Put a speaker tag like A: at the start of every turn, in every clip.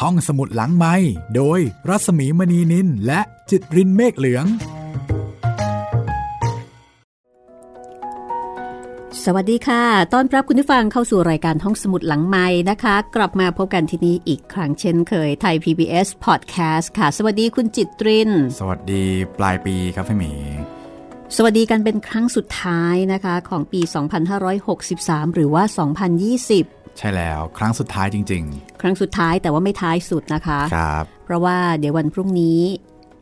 A: ห้องสมุดหลังไม้โดยรัสมีมณีนินและจิตรินเมฆเหลือง
B: สวัสดีค่ะ ต้อนรับคุณผู้ฟังเข้าสู่รายการห้องสมุดหลังไม้นะคะ กลับมาพบกันที่นี่อีกครั้งเช่นเคยไทย PBS Podcast ค่ะ สวัสดีคุณจิตตริน
C: สวัสดีปลายปีครับพี่หมี
B: สวัสดีกันเป็นครั้งสุดท้ายนะคะ ของปี 2563 หรือว่า 2020
C: ใช่แล้วครั้งสุดท้ายจริง
B: ครั้งสุดท้ายแต่ว่าไม่ท้ายสุดนะคะ
C: ๆ ครับ
B: เพราะว่าเดี๋ยววันพรุ่งนี้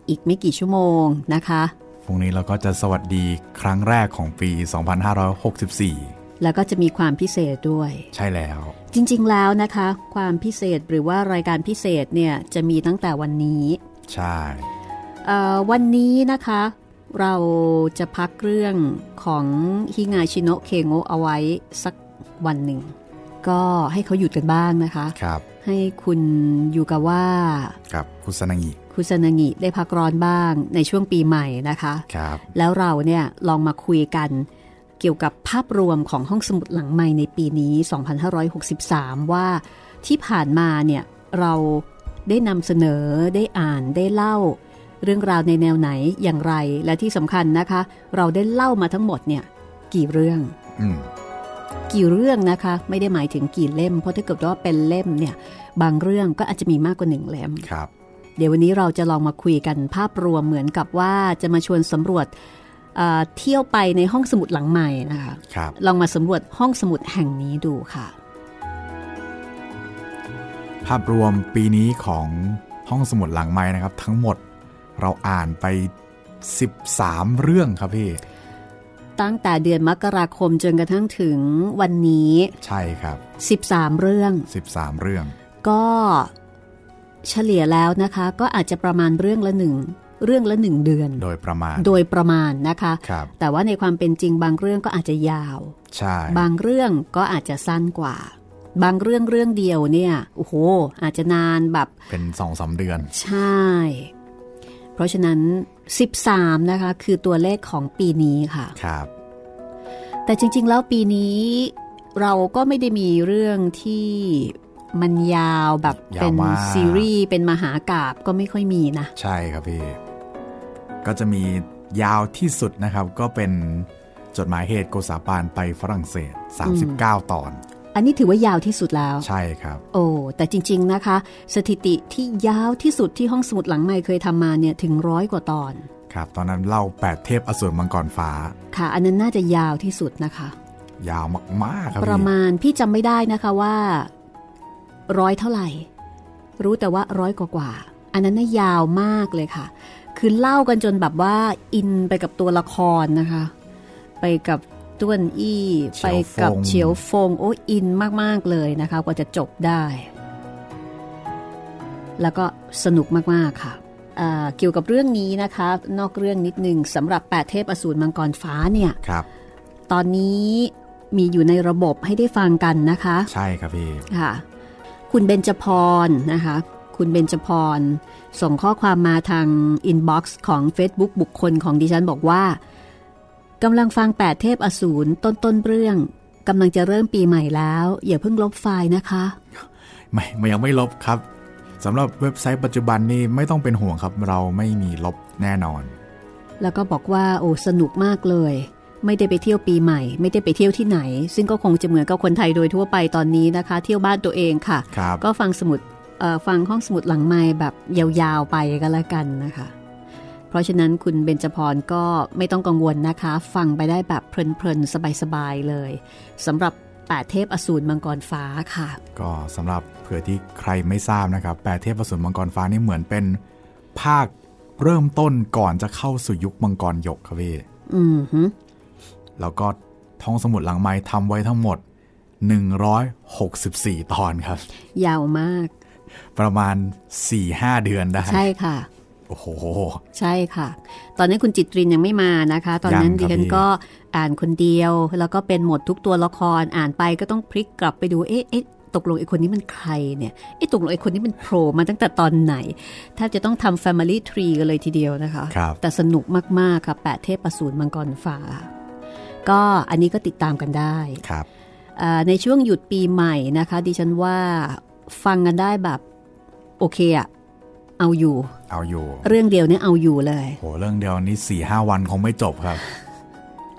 B: อีกไม่กี่ชั่วโมงนะคะ
C: พรุ่งนี้เราก็จะสวัสดีครั้งแรกของปี 2564
B: แล้วก็จะมีความพิเศษด้วย
C: ใช่แล้ว
B: จริงๆแล้วนะคะ ความพิเศษหรือว่ารายการพิเศษเนี่ยจะมีตั้งแต่วันนี้
C: ใช่
B: เอ่อวันนี้นะคะ เราจะพักเรื่องของฮิงาชิโนะเคโงะเอาไว้สักวันหนึ่ง ก็ให้เขาหยุดกันบ้างนะคะ
C: ครับ
B: ให้คุณยูกาว่า
C: ครับคุณสนังอี
B: คุณซานางิได้พักร้อนบ้างในช่วงปีใหม่นะคะ
C: ครับ
B: แล้วเราเนี่ยลองมาคุยกันเกี่ยวกับภาพรวมของห้องสมุดหลังใหม่ในปีนี้ 2563 ว่าที่ผ่านมาเนี่ยเราได้นำเสนอได้อ่านได้เล่า เรื่องราวในแนวไหนอย่างไร และที่สำคัญนะคะ เราได้เล่ามาทั้งหมดเนี่ยกี่เรื่อง
C: อืม
B: กี่เรื่องนะคะไม่ได้หมายถึงกี่เล่ม เพราะถ้าเกิดว่าเป็นเล่มเนี่ยบางเรื่องก็อาจจะมีมากกว่าหนึ่งเล่ม
C: ครับ
B: เดี๋ยววันนี้เราจะลองมาคุยกันภาพรวมเหมือนกับว่าจะมาชวนสำรวจเอ่อเที่ยวไปในห้องสมุดหลังใหม่นะคะ
C: ครับ
B: ลองมาสำรวจห้องสมุดแห่งนี้ดูค่ะ
C: ภาพรวมปีนี้ของห้องสมุดหลังไม้นะครับ ทั้งหมดเราอ่านไป 13 เรื่องครับพี่
B: ตั้งแต่เดือนมกราคมจนกระทั่งถึงวันนี้
C: ใช่ครับ
B: 13 เรื่อง
C: 13 เรื่อง
B: ก็เฉลี่ยแล้วนะคะ ก็อาจจะประมาณเรื่องละหนึ่งเรื่องละหนึ่งเดือน
C: โดยประมาณ
B: โดยประมาณนะคะ
C: ครับ
B: แต่ว่าในความเป็นจริงบางเรื่องก็อาจจะยาว
C: ใช่
B: บางเรื่องก็อาจจะสั้นกว่า บางเรื่องเรื่องเดียวเนี่ยโอ้โห อาจจะนานแบบ
C: เป็น2อสเดือน
B: ใช่ เพราะฉะนั้น 13 นะคะ คือตัวเลขของปีนี้ค่ะ
C: ครับ
B: แต่จริง ๆ แล้วปีนี้เราก็ไม่ได้มีเรื่องที่มันยาวแบบ
C: ยาว
B: เป็น
C: มาก
B: ซีรีส์ เป็นมหากาบก็ไม่ค่อยมีนะ
C: ใช่ครับพี่ ก็จะมียาวที่สุดนะครับ ก็เป็นจดหมายเหตุโกษาปานไปฝรั่งเศส 39 ตอน
B: อันนี้ถือว่ายาวที่สุดแล้ว
C: ใช่ครับ
B: โอ้แต่จริง ๆ นะคะ สถิติที่ยาวที่สุดที่ห้องสมุดหลังใหม่เคยทำมาเนี่ยถึงร้อยกว่าตอน
C: ครับ ตอนนั้นเล่า 8 เทพอสูรมังกรฟ้า
B: ค่ะ อันนั้นน่าจะยาวที่สุดนะคะ
C: ยาวมาก ๆ ครับ
B: ประ
C: พี่
B: มาณพี่จำไม่ได้นะคะว่าร้อยเท่าไหร่ รู้แต่ว่าร้อยกว่ากว่าอันนั้นน่ะยาวมากเลยค่ะ คือเล่ากันจนแบบว่าอินไปกับตัวละครนะคะ ไปกับต้วนอี้ ไปกับเฉียวฟงโอ้อินมาก ๆ เลยนะคะ กว่าจะจบได้ แล้วก็สนุกมาก ๆ ค่ะเอ่อเกี่ยวกับเรื่องนี้นะคะ นอกเรื่องนิดนึงสำหรับแปดเทพอสูรมังกรฟ้าเนี่ย
C: ครับ
B: ตอนนี้มีอยู่ในระบบให้ได้ฟังกันนะคะ
C: ใช่ครับพี่
B: ค่ะ คุณเบญจพรนะคะ คุณเบญจพร ส่งข้อความมาทางอินบ็อกซ์ของ Facebook บุคคลของดิฉันบอกว่ากำลังฟัง 8 เทพอสูรต้นต้นๆเรื่องกำลังจะเริ่มปีใหม่แล้ว อย่าเพิ่งลบไฟล์นะคะ
C: ไม่ไม่ยังไม่ลบครับสำหรับเว็บไซต์ปัจจุบันนี่ไม่ต้องเป็นห่วงครับ เราไม่มีลบแน่นอน
B: แล้วก็บอกว่าโอ้สนุกมากเลย ไม่ได้ไปเที่ยวปีใหม่ ไม่ได้ไปเที่ยวที่ไหน ซึ่งก็คงจะเหมือนกับคนไทยโดยทั่วไปตอนนี้นะคะ เที่ยวบ้านตัวเองค่ะ
C: ครับ
B: ก็ฟังสมุดเอ่อฟังห้องสมุดหลังไม้แบบยาวๆไปก็แล้วกันนะคะ เพราะฉะนั้นคุณเบญจพรก็ไม่ต้องกังวลนะคะ ฟังไปได้แบบเพลินๆ สบายๆ เลยสำหรับแปดเทพอสูรมังกรฟ้าค่ะ
C: ก็สำหรับเผื่อที่ใครไม่ทราบนะครับแปดเทพอสูรมังกรฟ้านี่เหมือนเป็นภาคเริ่มต้นก่อนจะเข้าสู่ยุคมังกรหยกครับพี่
B: อืมฮึ
C: แล้วก็ท้องสมุดหลังไม้ทำไว้ทั้งหมด 164 ตอนครับ
B: ยาวมาก
C: ประมาณ 4-5 เดือนได้
B: ใช่ค่ะ
C: โอ้โห
B: ใช่ค่ะ ตอนนั้นคุณจิตรินยังไม่มานะคะ ตอนนั้
C: ยังค
B: น
C: รับ
B: ดิฉัน
C: พี่
B: ก็อ่านคนเดียว แล้วก็เป็นหมดทุกตัวละครอ่านไปก็ต้องพลิกกลับไปดู เอ๊ะเอ๊ะตกลงไอ้คนนี้มันใครเนี่ยเอ๊ะตกลงไอ้คนนี้มันโผล่มาตั้งแต่ตอนไหนแทบจะต้องทำ Family Tree กันเลยทีเดียวนะคะ
C: ครับ
B: แต่สนุกมาก ๆ ค่ะ แปดเทพประสูนมังกรฟ้า ก็อันนี้ก็ติดตามกันได้
C: ครับ
B: เอ่อในช่วงหยุดปีใหม่นะคะ ดิฉันว่าฟังกันได้แบบ โอเคอะเอาอยู่
C: เอาอยู่
B: เรื่องเดียวเนี่ยเอาอยู่เลย
C: โหเรื่องเดียวนี้4ี่ห้าวันคงไม่จบครับ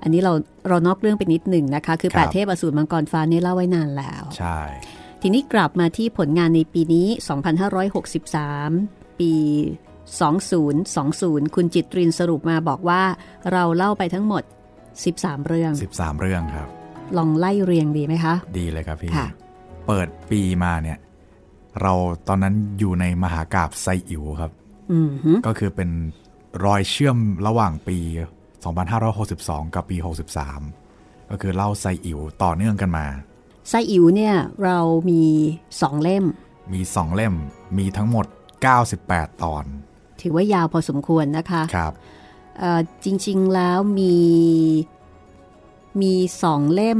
B: อันนี้เราเรานอกเรื่องไปนิดหนึ่งนะคะ คือ
C: ครับ
B: แปดเทพอสูรมังกรฟ้าเนี่ยเล่าไว้นานแล้ว
C: ใช่
B: ทีนี้กลับมาที่ผลงานในปีนี้ 2563 ปี 2020 คุณจิตรินสรุปมาบอกว่าเราเล่าไปทั้งหมด 13 เรื่อง
C: 13 เรื่องครับ
B: ลองไล่เรียงดีไหมคะ
C: ดีเลยครับพี่
B: ค่ะ
C: เปิดปีมาเนี่ย เราตอนนั้นอยู่ในมหากาบไซอิ๋วครับ
B: อืมฮึ
C: ก็คือเป็นรอยเชื่อมระหว่างปี 2562 กับปี 63 ก็คือเล่าไซอิ๋วต่อเนื่องกันมา
B: ไซอิ๋วเนี่ยเรามี 2 เล่ม
C: มี 2 เล่ม มีทั้งหมด 98 ตอน
B: ถือว่ายาวพอสมควรนะคะ
C: ครับ
B: เอ่อจริงๆแล้วมีมีสองเล่ม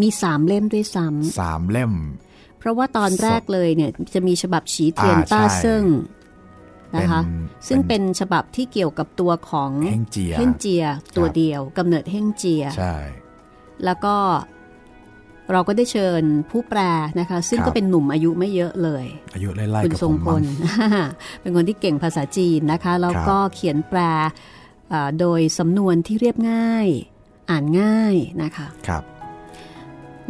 B: มีสามเล่มด้วยซ้
C: 3 เล่ม
B: ำเพราะว่าตอนแรกเลยเนี่ยจะมีฉบับฉีเทียน
C: อ่า
B: ต้า
C: ใช่
B: เซิ่งนะคะ
C: เป็น
B: ซึ่งเป็นฉบับที่เกี่ยวกับตัวของ
C: เฮ่งเจีย
B: เฮงเจียตัว
C: ครับ
B: เดียวกำเนิดเฮงเจีย
C: ใช่
B: แล้วก็เราก็ได้เชิญผู้แปลนะคะ ซึ่ง
C: ครับ
B: ก็เป็นหนุ่มอายุไม่เยอะเลย
C: อายุไล่ๆ
B: คุณ
C: กับ
B: ทร
C: ผ
B: ง
C: ม
B: พ
C: มั้
B: ล
C: ง
B: เป็นคนที่เก่งภาษาจีนนะคะ แล้ว
C: ครับ
B: ก็เขียนแปลเอ่อโดยสำนวนที่เรียบง่าย อ่านง่ายนะคะ
C: ครับ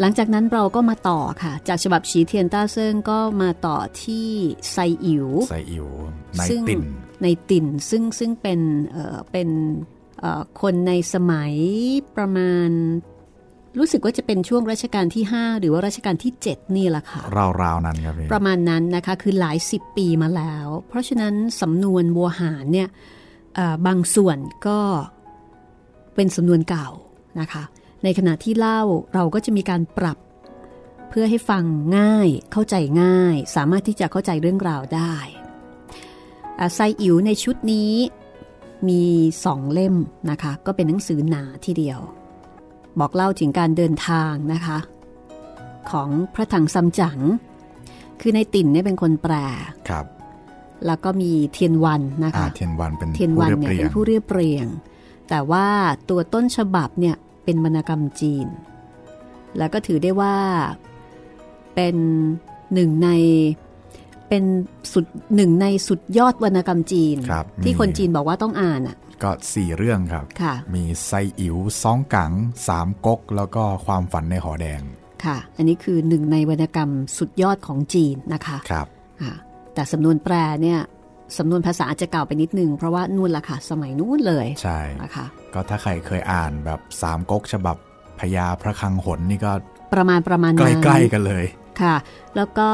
B: หลังจากนั้นเราก็มาต่อค่ะ จากฉบับฉีเทียนต้าเซิงก็มาต่อที่ไซอิ๋ว
C: ไซอิ๋วใน
B: ซึ่ง
C: ติ่น
B: ในติ่นซึ่งซึ่งเป็นเอ่อเป็นเอ่อคนในสมัยประมาณ รู้สึกว่าจะเป็นช่วงรัชกาลที่ 5 หรือว่ารัชกาลที่ 7 นี่แหละค่ะ
C: ราวๆ นั้นครับพี่
B: ประมาณนั้นนะคะคือหลายสิบปีมาแล้ว เพราะฉะนั้นสำนวนโวหารเนี่ยเอ่อบางส่วนก็เป็นสำนวนเก่านะคะ ในขณะที่เล่าเราก็จะมีการปรับเพื่อให้ฟังง่ายเข้าใจง่าย สามารถที่จะเข้าใจเรื่องราวได้อ่าไซอิ๋วในชุดนี้มีสองเล่มนะคะ ก็เป็นหนังสือหนาทีเดียว บอกเล่าถึงการเดินทางนะคะ ของพระถังซัมจั๋ง คือในติ่นเนี่ยเป็นคนแปล
C: ครับ
B: แล้วก็มีเทียนวันนะ
C: อา
B: คะ
C: เทียนวันเป็น
B: เทียนวัน
C: ผู้รี
B: เนี่ยเป็น
C: บ
B: ผู้
C: รีง
B: เรียบเรียง แต่ว่าตัวต้นฉบับเนี่ยเป็นวรรณกรรมจีน แล้วก็ถือได้ว่าเป็นหนึ่งในเป็นสุดหนึ่งในสุดยอดวรรณกรรมจีน
C: ครับ
B: ที่
C: มี
B: คนจีนบอกว่าต้องอ่านอ่ะ
C: ก็สี่เรื่องครับ
B: ค่ะ
C: มีไซอิ๋วซองกังสามก๊ก แล้วก็ความฝันในหอแดง
B: ค่ะ อันนี้คือหนึ่งในวรรณกรรมสุดยอดของจีนนะคะ
C: ครับ
B: ค่ะแต่สำนวนแปลเนี่ยสำนวนภาษาอาจจะเก่าไปนิดนึง เพราะว่านู่นละค่ะ สมัยนู้นเลย
C: ใช่
B: นะคะ
C: ก็ถ้าใครเคยอ่านแบบสามก๊กฉบับพญาพระคลังหนนี่ก็
B: ประมาณประมาณ
C: ใ
B: นั้น
C: กล้ๆกันเลย
B: ค่ะ แล้วก็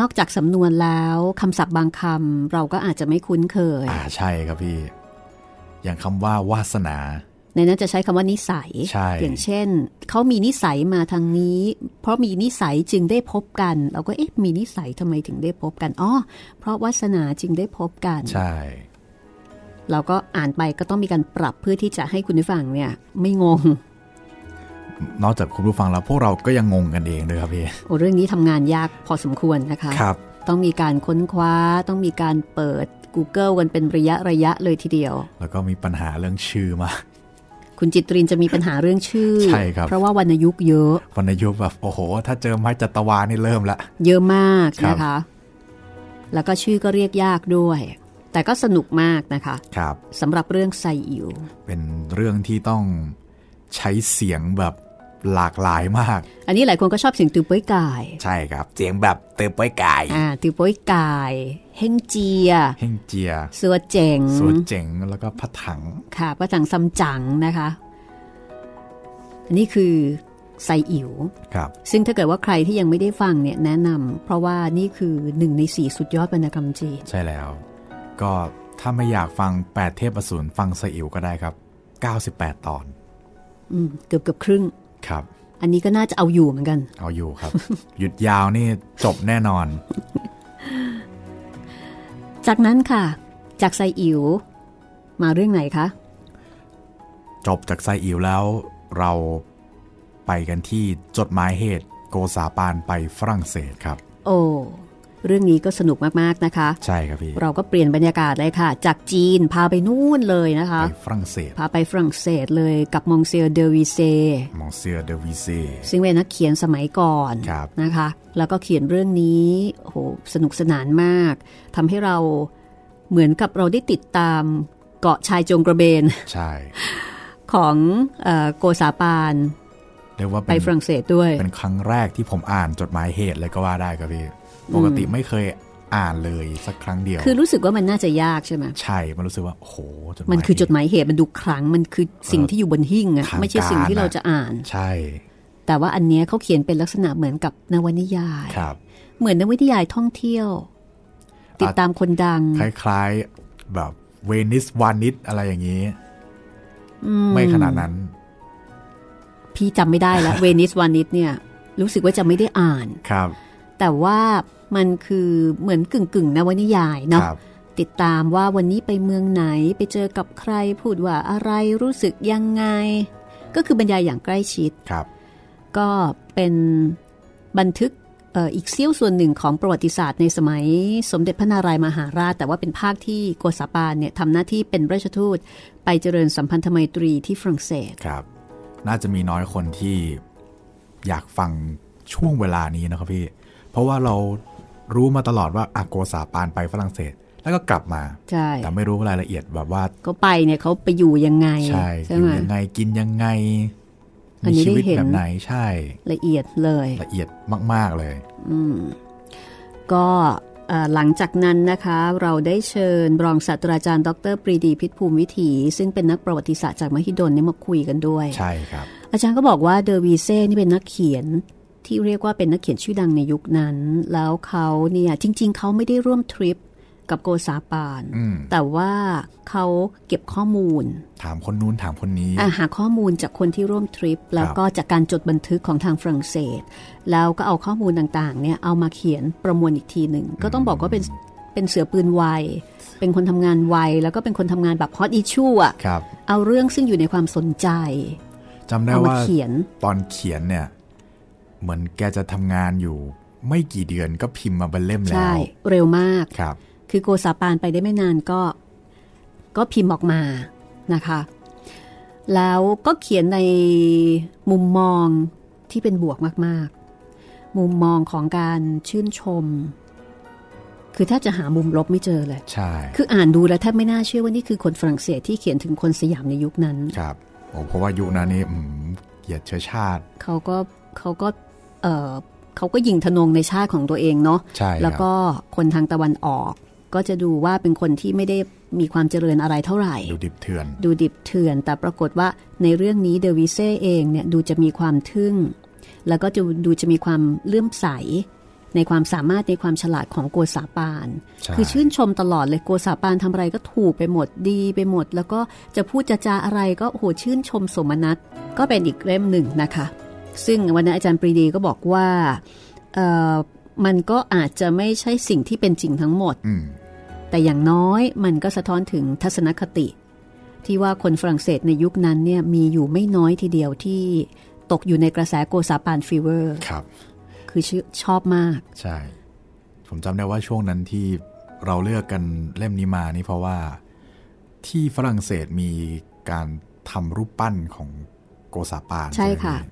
B: นอกจากสำนวนแล้วคำศัพท์บางคำเราก็อาจจะไม่คุ้นเคย
C: อ่าใช่ครับพี่ อย่างคำว่าวาสนา
B: ในนั้นจะใช้คำว่านิสัย
C: ใช่
B: อย่างเช่น เขามีนิสัยมาทางนี้ เพราะมีนิสัยจึงได้พบกัน เราก็เอ๊ะมีนิสัยทำไมถึงได้พบกันอ๋อเพราะวาสนาจึงได้พบกัน
C: ใช่
B: เราก็อ่านไปก็ต้องมีการปรับเพื่อที่จะให้คุณผู้ฟังเนี่ยไม่งง
C: นอกจากคุณผู้ฟังแล้วพวกเราก็ยังงงกันเองด้วยครับพี่
B: โอ้เรื่องนี้ทำงานยากพอสมควรนะคะ
C: ครับ
B: ต้องมีการค้นคว้า ต้องมีการเปิด Google กันเป็นระยะระยะเลยทีเดียว
C: แล้วก็มีปัญหาเรื่องชื่อมาก
B: คุณจิตรินจะมีปัญหาเรื่องชื่อ
C: ใช่ครับ
B: เพราะว่าวรรณยุกต์เยอะ
C: วรรณยุกต์แบบโอ้โห ถ้าเจอไม้จัตวานี่เริ่มละ
B: เยอะมาก
C: ครับ
B: นะคะ แล้วก็ชื่อก็เรียกยากด้วย แต่ก็สนุกมากนะคะ
C: ครับ
B: สำหรับเรื่องไซอิว
C: เป็นเรื่องที่ต้องใช้เสียงแบบหลากหลายมาก
B: อันนี้หลายคนก็ชอบเสียงตือโป้ยกาย
C: ใช่ครับ เสียงแบบเติมป้อยไก่
B: อ่าตือโป้ยกาย เฮงเจีย
C: เฮงเจีย
B: สัวเจ๋ง
C: สวนเจ๋งแล้วก็พัดถัง
B: ค่ะพระถังซัมจั๋งนะคะอันนี่คือไซอิ๋ว
C: ครับ
B: ซึ่งถ้าเกิดว่าใครที่ยังไม่ได้ฟังเนี่ยแนะนำเพราะว่านี่คือหนึ่งในสี่สุดยอดวรรณกรรมจีน
C: ใช่แล้ว ก็ถ้าไม่อยากฟัง 8 เทพอสูรฟังไซอิ๋วก็ได้ครับ 98 ตอน
B: อืมเกือบเกือบครึ่ง
C: ครับ
B: อันนี้ก็น่าจะเอาอยู่เหมือนกัน
C: เอาอยู่ครับ หยุดยาวนี่จบแน่นอน
B: จากนั้นค่ะ จากไซอิ๋วมาเรื่องไหนคะ
C: จบจากไซอิ๋วแล้วเราไปกันที่จดหมายเหตุโกษาปานไปฝรั่งเศสครับ
B: โอ้ เรื่องนี้ก็สนุกมากๆนะคะ
C: ใช่ครับพี่
B: เราก็เปลี่ยนบรรยากาศเลยค่ะ จากจีนพาไปนู่นเลยนะคะ
C: ไปฝรั่งเศส
B: พาไปฝรั่งเศสเลยกับมงเซียเดอวีเซ
C: มองเซียเดวีเซ
B: ซึ่งเป็นนักเขียนสมัยก่อน
C: ครับ
B: นะคะ แล้วก็เขียนเรื่องนี้โอ้โหสนุกสนานมากทำให้เราเหมือนกับเราได้ติดตามเกาะชายจงกระเบน
C: ใช่
B: ของเอ่อโกซาปาน
C: เรียกว่า
B: ไป
C: เป็น
B: ฝรั่งเศสด้วย
C: เป็นครั้งแรกที่ผมอ่านจดหมายเหตุเลยก็ว่าได้ครับพี่ปกติไม่เคยอ่านเลยสักครั้งเดียว
B: คือรู้สึกว่ามันน่าจะยากใช่ไหม
C: ใช่มันรู้สึกว่าโอ้โหจดหมาย
B: มันคือจด
C: เหตุ
B: หมายเหตุมันดูขลังมันคือสิ่งที่อยู่บนหิ้งอะ
C: ทาง
B: ไม่ใช่สิ่งที่
C: การอะ
B: เราจะอ่าน
C: ใช่
B: แต่ว่าอันเนี้ยเขาเขียนเป็นลักษณะเหมือนกับนวนิยาย
C: ครับ
B: เหมือนนวนิยายท่องเที่ยว ติดตามคนดัง
C: คล้ายๆแบบเวนิสวานิสอะไรอย่างนี้ ไม่ขนาดนั้น
B: พี่จำไม่ได้ แล้ว เวนิสวานิสเนี่ยรู้สึกว่าจะไม่ได้อ่าน
C: ครับ
B: แต่ว่ามันคือเหมือนกึ่งกึ่งๆนวนิยาย
C: ค
B: เนาะ
C: รับ
B: ติดตามว่าวันนี้ไปเมืองไหนไปเจอกับใครพูดว่าอะไรรู้สึกยังไง ก็คือบรรยายอย่างใกล้ชิด
C: ครับ
B: ก็เป็นบันทึกเอ่ออีกเสี้ยวส่วนหนึ่งของประวัติศาสตร์ในสมัยสมเด็จพระนารายมหาราช แต่ว่าเป็นภาคที่โกษาปานเนี่ยทำหน้าที่เป็นราชทูตไปเจริญสัมพันธไมตรีที่ฝรั่งเศส
C: ครับ น่าจะมีน้อยคนที่อยากฟังช่วงเวลานี้นะครับพี่ เพราะว่าเรารู้มาตลอดว่าอาโกซาปานไปฝรั่งเศส แล้วก็กลับมา
B: ใช่
C: แต่ไม่รู้รายละเอียดแบบว่า
B: เขาไปเนี่ยเขาไปอยู่ยังไง
C: ใช่อ
B: ไหม
C: ยู่ยังไงกินยังไง
B: อัน
C: มี
B: นี้
C: ชีวิต
B: ได้เห็น
C: แบบไหนใช่
B: ละเอียดเลย
C: ละเอียดมาก ๆ เลย
B: ก็เอ่อหลังจากนั้นนะคะ เราได้เชิญรองศาสตราจารย์ดรปรีดีพิษภูมิวิถี ซึ่งเป็นนักประวัติศาสตร์จากมหิดลเนี่ยมาคุยกันด้วย
C: ใช่ครับ
B: อาจารย์ก็บอกว่าเดอวีเซ่นี่เป็นนักเขียนที่เรียกว่าเป็นนักเขียนชื่อดังในยุคนั้น แล้วเขาเนี่ยจริง ๆ เขาไม่ได้ร่วมทริปกับโกซาปาน
C: อืม
B: แต่ว่าเขาเก็บข้อมูล
C: ถามคนนู้นถามคนนี้
B: อ่ะหาข้อมูลจากคนที่ร่วมทริป แล้วก็จากการจดบันทึกของทางฝรั่งเศส แล้วก็เอาข้อมูลต่างๆเนี่ยเอามาเขียนประมวลอีกทีหนึ่ง ก็ต้องบอกว่าเป็นเป็นเสือปืนไวเป็นคนทำงานไวแล้วก็เป็นคนทำงานแบบฮอตอิชชูอ่ะ
C: ครับ
B: เอาเรื่องซึ่งอยู่ในความสนใจ
C: จำได้
B: เอามา
C: ว่า
B: เขียน
C: ตอนเขียนเนี่ย เหมือนแกจะทำงานอยู่ ไม่กี่เดือนก็พิมพ์มาเป็นเล่มแล้
B: ใช่
C: ว
B: เร็วมาก
C: ครับ
B: คือโกซาปานไปได้ไม่นานก็ ก็พิมพ์ออกมานะคะ แล้วก็เขียนในมุมมองที่เป็นบวกมาก ๆ มุมมองของการชื่นชม คือแทบจะหามุมลบไม่เจอเลย
C: ใช่
B: คืออ่านดูแล้วแทบไม่น่าเชื่อว่านี่คือคนฝรั่งเศสที่เขียนถึงคนสยามในยุคนั้น
C: ครับโอ้เพราะว่ายุคนั้นนี่อืมเหยียดเชื้อชาติ
B: เขาก็เขาก็เออเขาก็ยิงทะนงในชาติของตัวเองเนาะ
C: ใช่ครับ
B: แล้วก็คนทางตะวันออกก็จะดูว่าเป็นคนที่ไม่ได้มีความเจริญอะไรเท่าไหร่
C: ดูดิบเถื่อน
B: ดูดิบเถื่อน แต่ปรากฏว่าในเรื่องนี้เดวิเซ่เองเนี่ยดูจะมีความทึ่ง แล้วก็จะดูจะมีความเลื่อมใส ในความสามารถในความฉลาดของโกซาปาน
C: ใช่
B: คือชื่นชมตลอดเลยโกซาปานทำอะไรก็ถูกไปหมดดีไปหมด แล้วก็จะพูดจะจาอะไรก็โอ้โหชื่นชมสมนัตก็เป็นอีกเล่มหนึ่งนะคะ ซึ่งวันนั้นอาจารย์ปรีดีก็บอกว่าเอ่อมันก็อาจจะไม่ใช่สิ่งที่เป็นจริงทั้งหมด
C: อืม
B: แต่อย่างน้อยมันก็สะท้อนถึงทัศนคติ ที่ว่าคนฝรั่งเศสในยุคนั้นเนี่ยมีอยู่ไม่น้อยทีเดียวที่ตกอยู่ในกระแสโกซาปานฟีเวอร์
C: ครับ
B: คือชื่อชอบมาก
C: ใช่ ผมจำได้ว่าช่วงนั้นที่เราเลือกกันเล่มนี้มานี่เพราะว่าที่ฝรั่งเศสมีการทำรูปปั้นของโกซาปาน
B: ใช่
C: ไหม
B: ค่ะ
C: พี่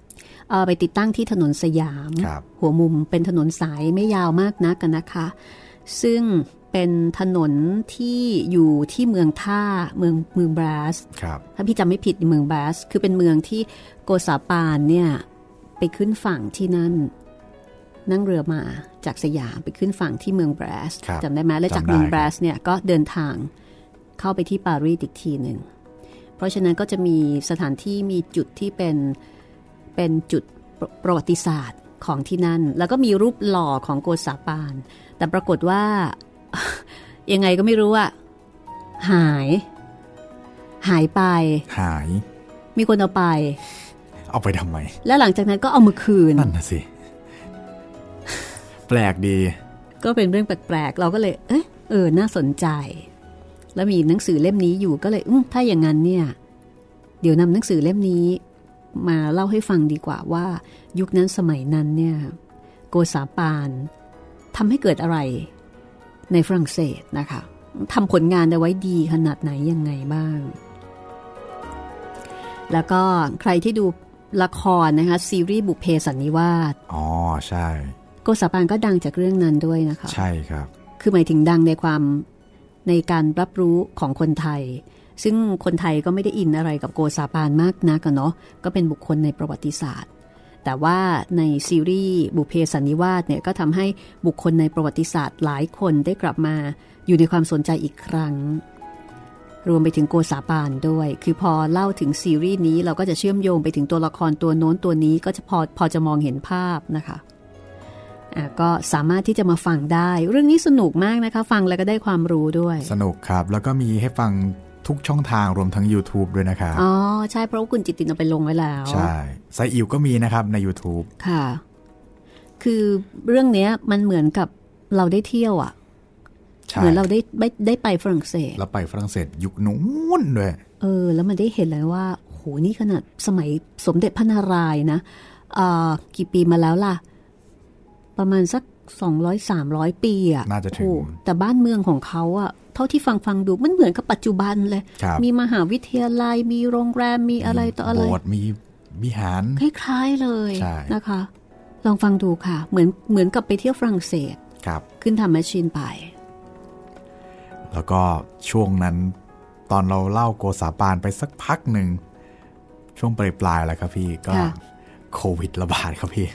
B: เอ่อไปติดตั้งที่ถนนสยาม
C: ครับ
B: หัวมุมเป็นถนนสายไม่ยาวมากนักกันนะคะ ซึ่งเป็นถนนที่อยู่ที่เมืองท่าเมืองเมืองบราส
C: ครับ
B: ถ้าพี่จำไม่ผิดเมืองบาส คือเป็นเมืองที่โกซาปานเนี่ยไปขึ้นฝั่งที่นั่น นั่งเรือมาจากสยามไปขึ้นฝั่งที่เมืองบาส
C: ครับ
B: จำได้ไหมและจากเมืองบาสเนี่ยก็เดินทางเข้าไปที่ปารีสอีกทีหนึ่ง เพราะฉะนั้นก็จะมีสถานที่มีจุดที่เป็นเป็นจุดประประวัติศาสตร์ของที่นั่น แล้วก็มีรูปหล่อของโกซาปาน แต่ปรากฏว่า ยังไงก็ไม่รู้อะหาย หายไป
C: หาย
B: มีคนเอาไป
C: เอาไปทำไม
B: และหลังจากนั้นก็เอามาคืน
C: นั่นนะ สิ แปลกดี
B: ก็เป็นเรื่องแปลกๆ เราก็เลย เอ๊ะเออ น่าสนใจ แล้วมีหนังสือเล่มนี้อยู่ก็เลยอืมถ้าอย่างนั้นเนี่ย เดี๋ยวนำหนังสือเล่มนี้ มาเล่าให้ฟังดีกว่าว่า ยุคนั้นสมัยนั้นเนี่ย โกษาปาน ทำให้เกิดอะไรในฝรั่งเศสนะคะทำผลงานเอาไว้ดีขนาดไหนยังไงบ้าง แล้วก็ใครที่ดูละครนะคะ ซีรีส์บุพเพสันนิวาส
C: อ๋อใช่
B: โกษาปานก็ดังจากเรื่องนั้นด้วยนะคะ
C: ใช่ครับ
B: คือหมายถึงดังในความในการรับรู้ของคนไทย ซึ่งคนไทยก็ไม่ได้อินอะไรกับโกซาปานมากนักอะเนาะก็เป็นบุคคลในประวัติศาสตร์ แต่ว่าในซีรีส์บุพเพสันนิวาสเนี่ยก็ทำให้บุคคลในประวัติศาสตร์หลายคนได้กลับมาอยู่ในความสนใจอีกครั้ง รวมไปถึงโกษาปานด้วย คือพอเล่าถึงซีรีส์นี้เราก็จะเชื่อมโยงไปถึงตัวละครตัวโน้นตัวนี้ก็จะพอพอจะมองเห็นภาพนะคะ อ่ะก็สามารถที่จะมาฟังได้ เรื่องนี้สนุกมากนะคะ ฟังแล้วก็ได้ความรู้ด้วย
C: สนุกครับ แล้วก็มีให้ฟังทุกช่องทางรวมทั้ง YouTube ด้วยนะครับ
B: อ๋อ ใช่เพราะว่าคุณจิตตินเอาไปลงไว้แล้ว
C: ใช่ไซอิวก็มีนะครับใน YouTube
B: ค่ะ คือเรื่องเนี้ยมันเหมือนกับเราได้เที่ยวอะ่ะ
C: ใช่
B: เหมือนเราได้ได้ได้ไปฝรั่งเศส
C: แล้วไปฝรั่งเศสยุคนู้นด้วย
B: เออ แล้วมันได้เห็นเลยว่าโหนี่ขนาดสมัยสมเด็จพระนารายณ์นะเอ่อกี่ปีมาแล้วล่ะ ประมาณสัก 200-300 ปีอะ่ะ
C: น่าจะถึง
B: โอ้แต่บ้านเมืองของเขาอะ่ะ เท่าที่ฟังฟังดูมันเหมือนกับปัจจุบันเลย
C: ครับ
B: มีมหาวิทยาลัย มีโรงแรม มีอะไรต่ออะไร
C: โบสถ์มีวิหาร
B: คล้ายๆเลย
C: ใช่
B: นะคะ ลองฟังดูค่ะ เหมือนเหมือนกับไปเที่ยวฝรั่งเศส
C: ครับ
B: ขึ้นทำแมชชีนไป
C: แล้วก็ช่วงนั้นตอนเราเล่าโกษาปานไปสักพักหนึ่ง ช่วงปลายปลายๆแล้วครับพี่ก็
B: ค่ะ
C: โควิดระบาดครับพี่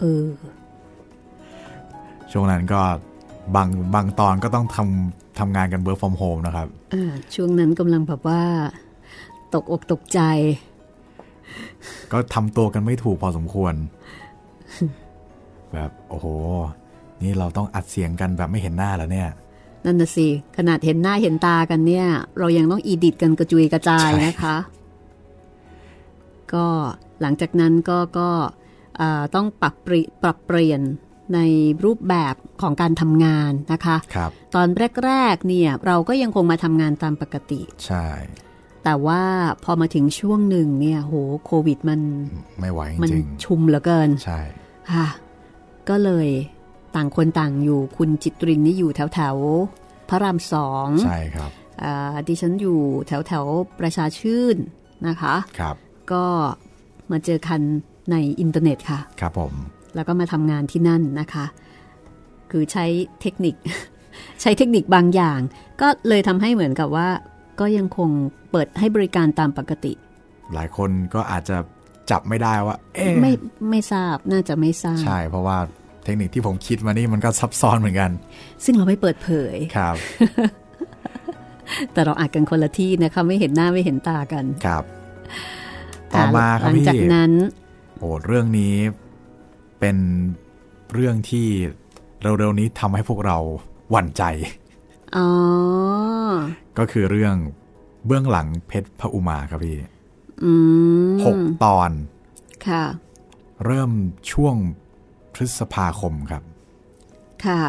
B: เออ
C: ช่วงนั้นก็บางบางตอนก็ต้องทำทำงานกันเบ r ร์ from home นะครับ
B: อ่า ช่วงนั้นกำลังแบบว่า ตกอกตกใจ
C: ก็ทำตัวกันไม่ถูกพอสมควร แบบโอ้โห นี่เราต้องอัดเสียงกันแบบไม่เห็นหน้าแล้วเนี่ย
B: นั่นน่ะสิ ขนาดเห็นหน้าเห็นตากันเนี่ย เรายังต้องอีดิตกันกระจุยกระจาย
C: ใช่
B: นะคะ ก็หลังจากนั้นก็ก็เอ่อต้องปรับปริปรับเปลี่ยนในรูปแบบของการทำงานนะคะ
C: ครับ
B: ตอนแรก ๆ เนี่ย เราก็ยังคงมาทำงานตามปกติ
C: ใช่
B: แต่ว่าพอมาถึงช่วงหนึ่งเนี่ย โหโควิดมัน
C: ไม่ไหวจ
B: มัน
C: ริง
B: ชุมเหลือเกิน
C: ๆใช่
B: ค่ะ ก็เลยต่างคนต่างอยู่คุณจิตรินนี่อยู่แถวแถวๆพระรามสอง
C: ใช่ครับ
B: อ่าดิฉันอยู่แถวแถวๆประชาชื่นนะคะ
C: ครับ
B: ก็มาเจอกันในอินเทอร์เน็ตค่ะ
C: ครับผม
B: แล้วก็มาทำงานที่นั่นนะคะ คือใช้เทคนิ ค ใช้เทคนิคบางอย่าง ก็เลยทำให้เหมือนกับว่า ก็ยังคงเปิดให้บริการตามปกติ
C: หลายคนก็อาจจะจับไม่ได้ว่า เอ๊ะ
B: ไม่ไม่ทราบน่าจะไม่ทราบ
C: ใช่ เพราะว่าเทคนิคที่ผมคิดมานี่มันก็ซับซ้อนเหมื อนกัน
B: ซึ่งเราไม่เปิดเผย
C: ครับ
B: แต่เราอาจกันคนละที่นะคะ ไม่เห็นหน้าไม่เห็นตากัน
C: ครับต่อมาค
B: ห
C: รับ
B: ลัง
C: พี่
B: จากนั้น
C: โอ้เรื่องนี้เป็นเรื่องที่เร็วๆนี้ทำให้พวกเราหวั่นใจ
B: อ๋อ
C: ก็คือเรื่องเบื้องหลังเพชรพระอุมาครับพี่
B: อืม
C: หกตอน
B: ค่ะ
C: เริ่มช่วงพฤษภาคมครับ
B: ค่ะ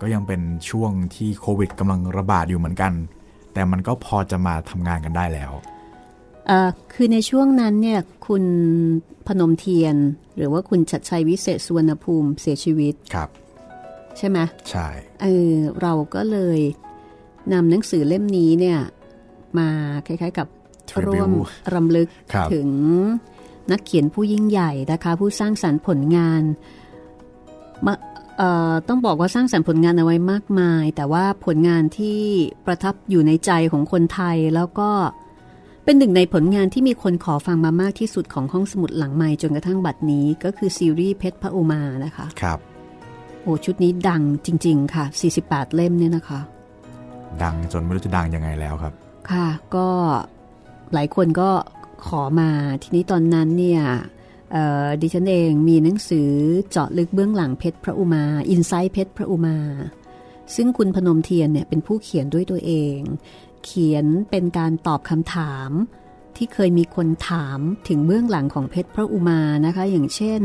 C: ก็ยังเป็นช่วงที่โควิดกำลังระบาดอยู่เหมือนกัน แต่มันก็พอจะมาทำงานกันได้แล้ว
B: เอ่อคือในช่วงนั้นเนี่ย คุณพนมเทียน หรือว่าคุณชัดชัยวิเศษสุวรรณภูมิเสียชีวิต
C: ครับ
B: ใช่ไหม
C: ใช่
B: เออเราก็เลยนำหนังสือเล่มนี้เนี่ย มาคล้ายๆกับ
C: ทริ
B: ร่
C: บิ
B: ว
C: ว
B: มรำลึก
C: ครับ
B: ถึงนักเขียนผู้ยิ่งใหญ่นะคะ ผู้สร้างสรรค์ผลงานมาเอ่อต้องบอกว่าสร้างสรรค์ผลงานเอาไว้มากมาย แต่ว่าผลงานที่ประทับอยู่ในใจของคนไทยแล้วก็เป็นหนึ่งในผลงานที่มีคนขอฟังมามากที่สุดของห้องสมุดหลังใหม่จนกระทั่งบัดนี้ ก็คือซีรีส์เพชรพระอุมานะคะ
C: ครับ
B: โอ้ชุดนี้ดังจริง ๆ ค่ะ 48 เล่มเนี่ยนะคะ
C: ดังจนไม่รู้จะดังยังไงแล้วครับ
B: ค่ะ ก็หลายคนก็ขอมาทีนี้ตอนนั้นเนี่ยเอ่อดิฉันเองมีหนังสือเจาะลึกเบื้องหลังเพชรพระอุมาอินไซต์เพชรพระอุมา ซึ่งคุณพนมเทียนเนี่ยเป็นผู้เขียนด้วยตัวเอง เขียนเป็นการตอบคำถาม ที่เคยมีคนถามถึงเบื้องหลังของเพชรพระอุมานะคะ อย่างเช่น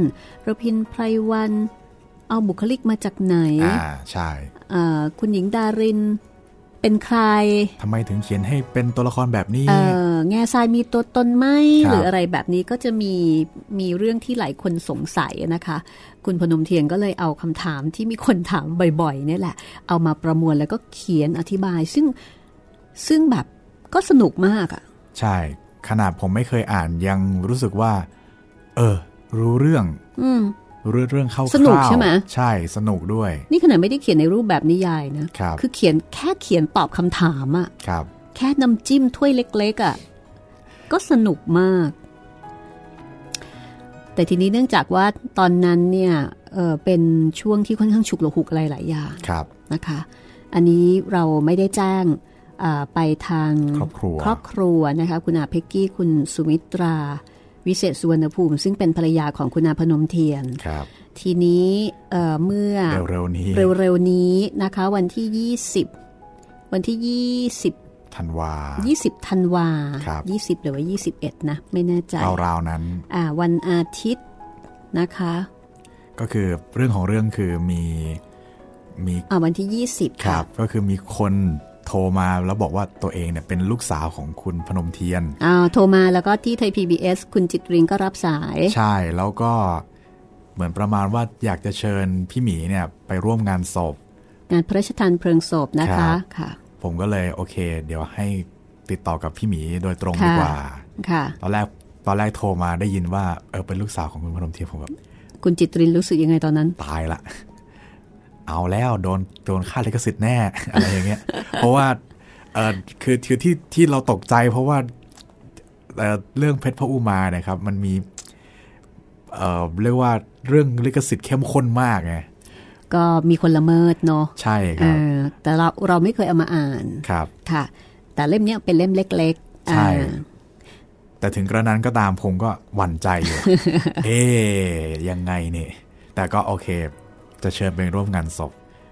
B: ระพินไพรวัน เอาบุคลิกมาจากไหน
C: อ่า ใช่
B: เอ่อคุณหญิงดาริน เป็นใคร
C: ทำไมถึงเขียนให้เป็นตัวละครแบบนี้
B: เออแง่ทรายมีตัวตนไหม
C: ครับ
B: หรืออะไรแบบนี้ก็จะมีมีเรื่องที่หลายคนสงสัยนะคะ คุณพนมเทียนก็เลยเอาคำถามที่มีคนถามบ่อยๆเนี่ยแหละ เอามาประมวลแล้วก็เขียนอธิบาย ซึ่งซึ่งแบบก็สนุกมากอะ
C: ใช่ ขนาดผมไม่เคยอ่านยังรู้สึกว่า เออ รู้เรื่อง
B: อืม
C: รู้เรื่องเข้าๆ
B: สนุกใช่ไหม
C: ใช่สนุกด้วย
B: นี่ขนาดไม่ได้เขียนในรูปแบบนิยายนะครับ อเขียนแค่เขียนตอบคำถามอะ
C: ครับ
B: แค่น้ำจิ้มถ้วยเล็กๆอะก็สนุกมาก แต่ทีนี้เนื่องจากว่าตอนนั้นเนี่ยเอ่อเป็นช่วงที่ค่อนข้างฉุกละหุกอะไรหลายอย่าง
C: ครับ
B: นะคะ อันนี้เราไม่ได้แจ้งเอ่อไปทาง
C: ครอบครัว
B: ครอบครัวนะคะ คุณอาเพ็กกี้คุณสุมิตรา วิเศษสุวรรณภูมิ ซึ่งเป็นภรรยาของคุณอาพนมเทียน
C: ครับ
B: ทีนี้เอ่อเมื่อ
C: เร็วๆนี้
B: เร็วๆนี้นะคะวันที่ 20 วันที่ 20
C: ธันวา
B: 20ธันวา
C: ครับ
B: 20 หรือว่า 21 นะ ไม่แน่ใจ
C: ราวๆนั้น
B: อ่าวันอาทิตย์นะคะ
C: ก็คือเรื่องของเรื่องคือมีมี
B: อ่าวันที่ 20
C: ครับ ก็คือมีคนโทรมาแล้วบอกว่าตัวเองเนี่ยเป็นลูกสาวของคุณพนมเทียน
B: อ่าโทรมาแล้วก็ที่ไทย PBS คุณจิตรินก็รับสาย
C: ใช่แล้วก็เหมือนประมาณว่าอยากจะเชิญพี่หมีเนี่ยไปร่วมงานศพ
B: งานพระราชทานเพลิงศพนะ
C: ครั
B: คะ
C: บ
B: ค่ะ
C: ผมก็เลยโอเค เดี๋ยวให้ติดต่อกับพี่หมีโดยตรง
B: ค่ะ
C: ดีกว่า
B: ค่ะ
C: ตอนแรกตอนแรกโทรมาได้ยินว่าเออเป็นลูกสาวของคุณพนมเทียนผมแบบ
B: คุณจิตรินรู้สึกยังไงตอนนั้น
C: ตายละ เอาแล้วโดนโดนค่าลิขสิทธิ์แน่ อะไรอย่างเงี้ย เพราะว่าเออคือคือที่ที่เราตกใจ เพราะว่าเอ่อเรื่องเพชรพระอุมาเนี่ยครับ มันมีเออเรียกว่าเรื่องลิขสิทธิ์เข้มข้นมากไง
B: ก็มีคนละเมิดเนาะ
C: ใช่ค
B: เอ
C: รับ
B: อแต่เราเราไม่เคยเอามาอ่าน
C: ครับ
B: ค่ะ แต่เล่มเนี้ยเป็นเล่มเล็กๆ
C: ใช่
B: อ่า
C: แต่ถึงกระนั้นก็ตามผมก็หวั่นใจอยู่ เอ๊ะยังไงเนี่ย แต่ก็โอเค จะเชิญไปร่วมงานศพ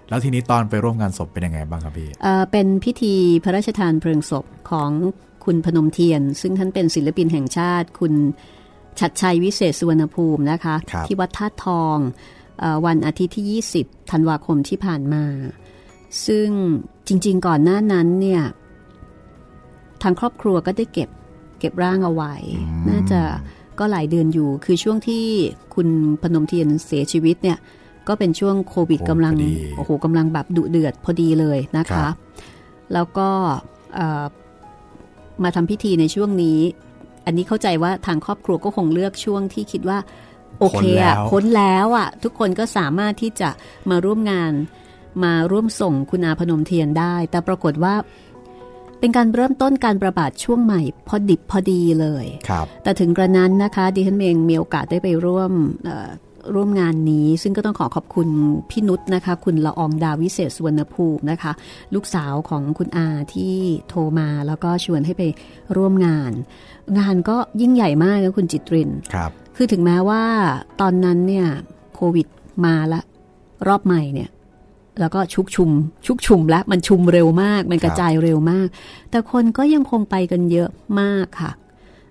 C: แล้วทีนี้ตอนไปร่วมงานศพเป็นยังไงบ้างครับพี่
B: เอ่อเป็นพิธีพระราชทานเพลิงศพของคุณพนมเทียน ซึ่งท่านเป็นศิลปินแห่งชาติ คุณชัดชัยวิเศษสุวรรณภูมินะคะ
C: ครับ
B: ที่วัดธาตุทองเออวันอาทิตย์ที่ 20 ธันวาคมที่ผ่านมา ซึ่งจริงๆก่อนหน้านั้นเนี่ย ทางครอบครัวก็ได้เก็บเก็บร่างเอาไว้ น่าจะก็หลายเดือนอยู่ คือช่วงที่คุณพนมเทียนเสียชีวิตเนี่ย ก็เป็นช่วงโควิด
C: โอ้
B: กำลั
C: พ
B: ง
C: อดี
B: โอ้โหกำลังแบบดุเดือดพอดีเลยนะ
C: ครั
B: คะ
C: บ
B: แล้วก็เอ่อมาทำพิธีในช่วงนี้ อันนี้เข้าใจว่าทางครอบครัวก็คงเลือกช่วงที่คิดว่า โอเคอะพ้นแล้วอะทุกคนก็สามารถที่จะมาร่วมงาน มาร่วมส่งคุณอาพนมเทียนได้ แต่ปรากฏว่า เป็นการเริ่มต้นการประบาดช่วงใหม่พอดิบพอดีเลย
C: ครับ
B: แต่ถึงกระนั้นนะคะดิฉันเองมีโอกาสได้ไปร่วมเอ่อร่วมงานนี้ ซึ่งก็ต้องขอขอบคุณพี่นุษนะคะ คุณละอองดาวิเศษสุวรรณภูมินะคะ ลูกสาวของคุณอาที่โทรมาแล้วก็ชวนให้ไปร่วมงาน งานก็ยิ่งใหญ่มากนะคุณจิตริน
C: ครับ
B: คือถึงแม้ว่าตอนนั้นเนี่ยโควิดมาละรอบใหม่เนี่ย แล้วก็ชุกชุม ชุกชุมและมันชุมเร็วมาก มันกระจายเร็วมาก แต่คนก็ยังคงไปกันเยอะมากค่ะ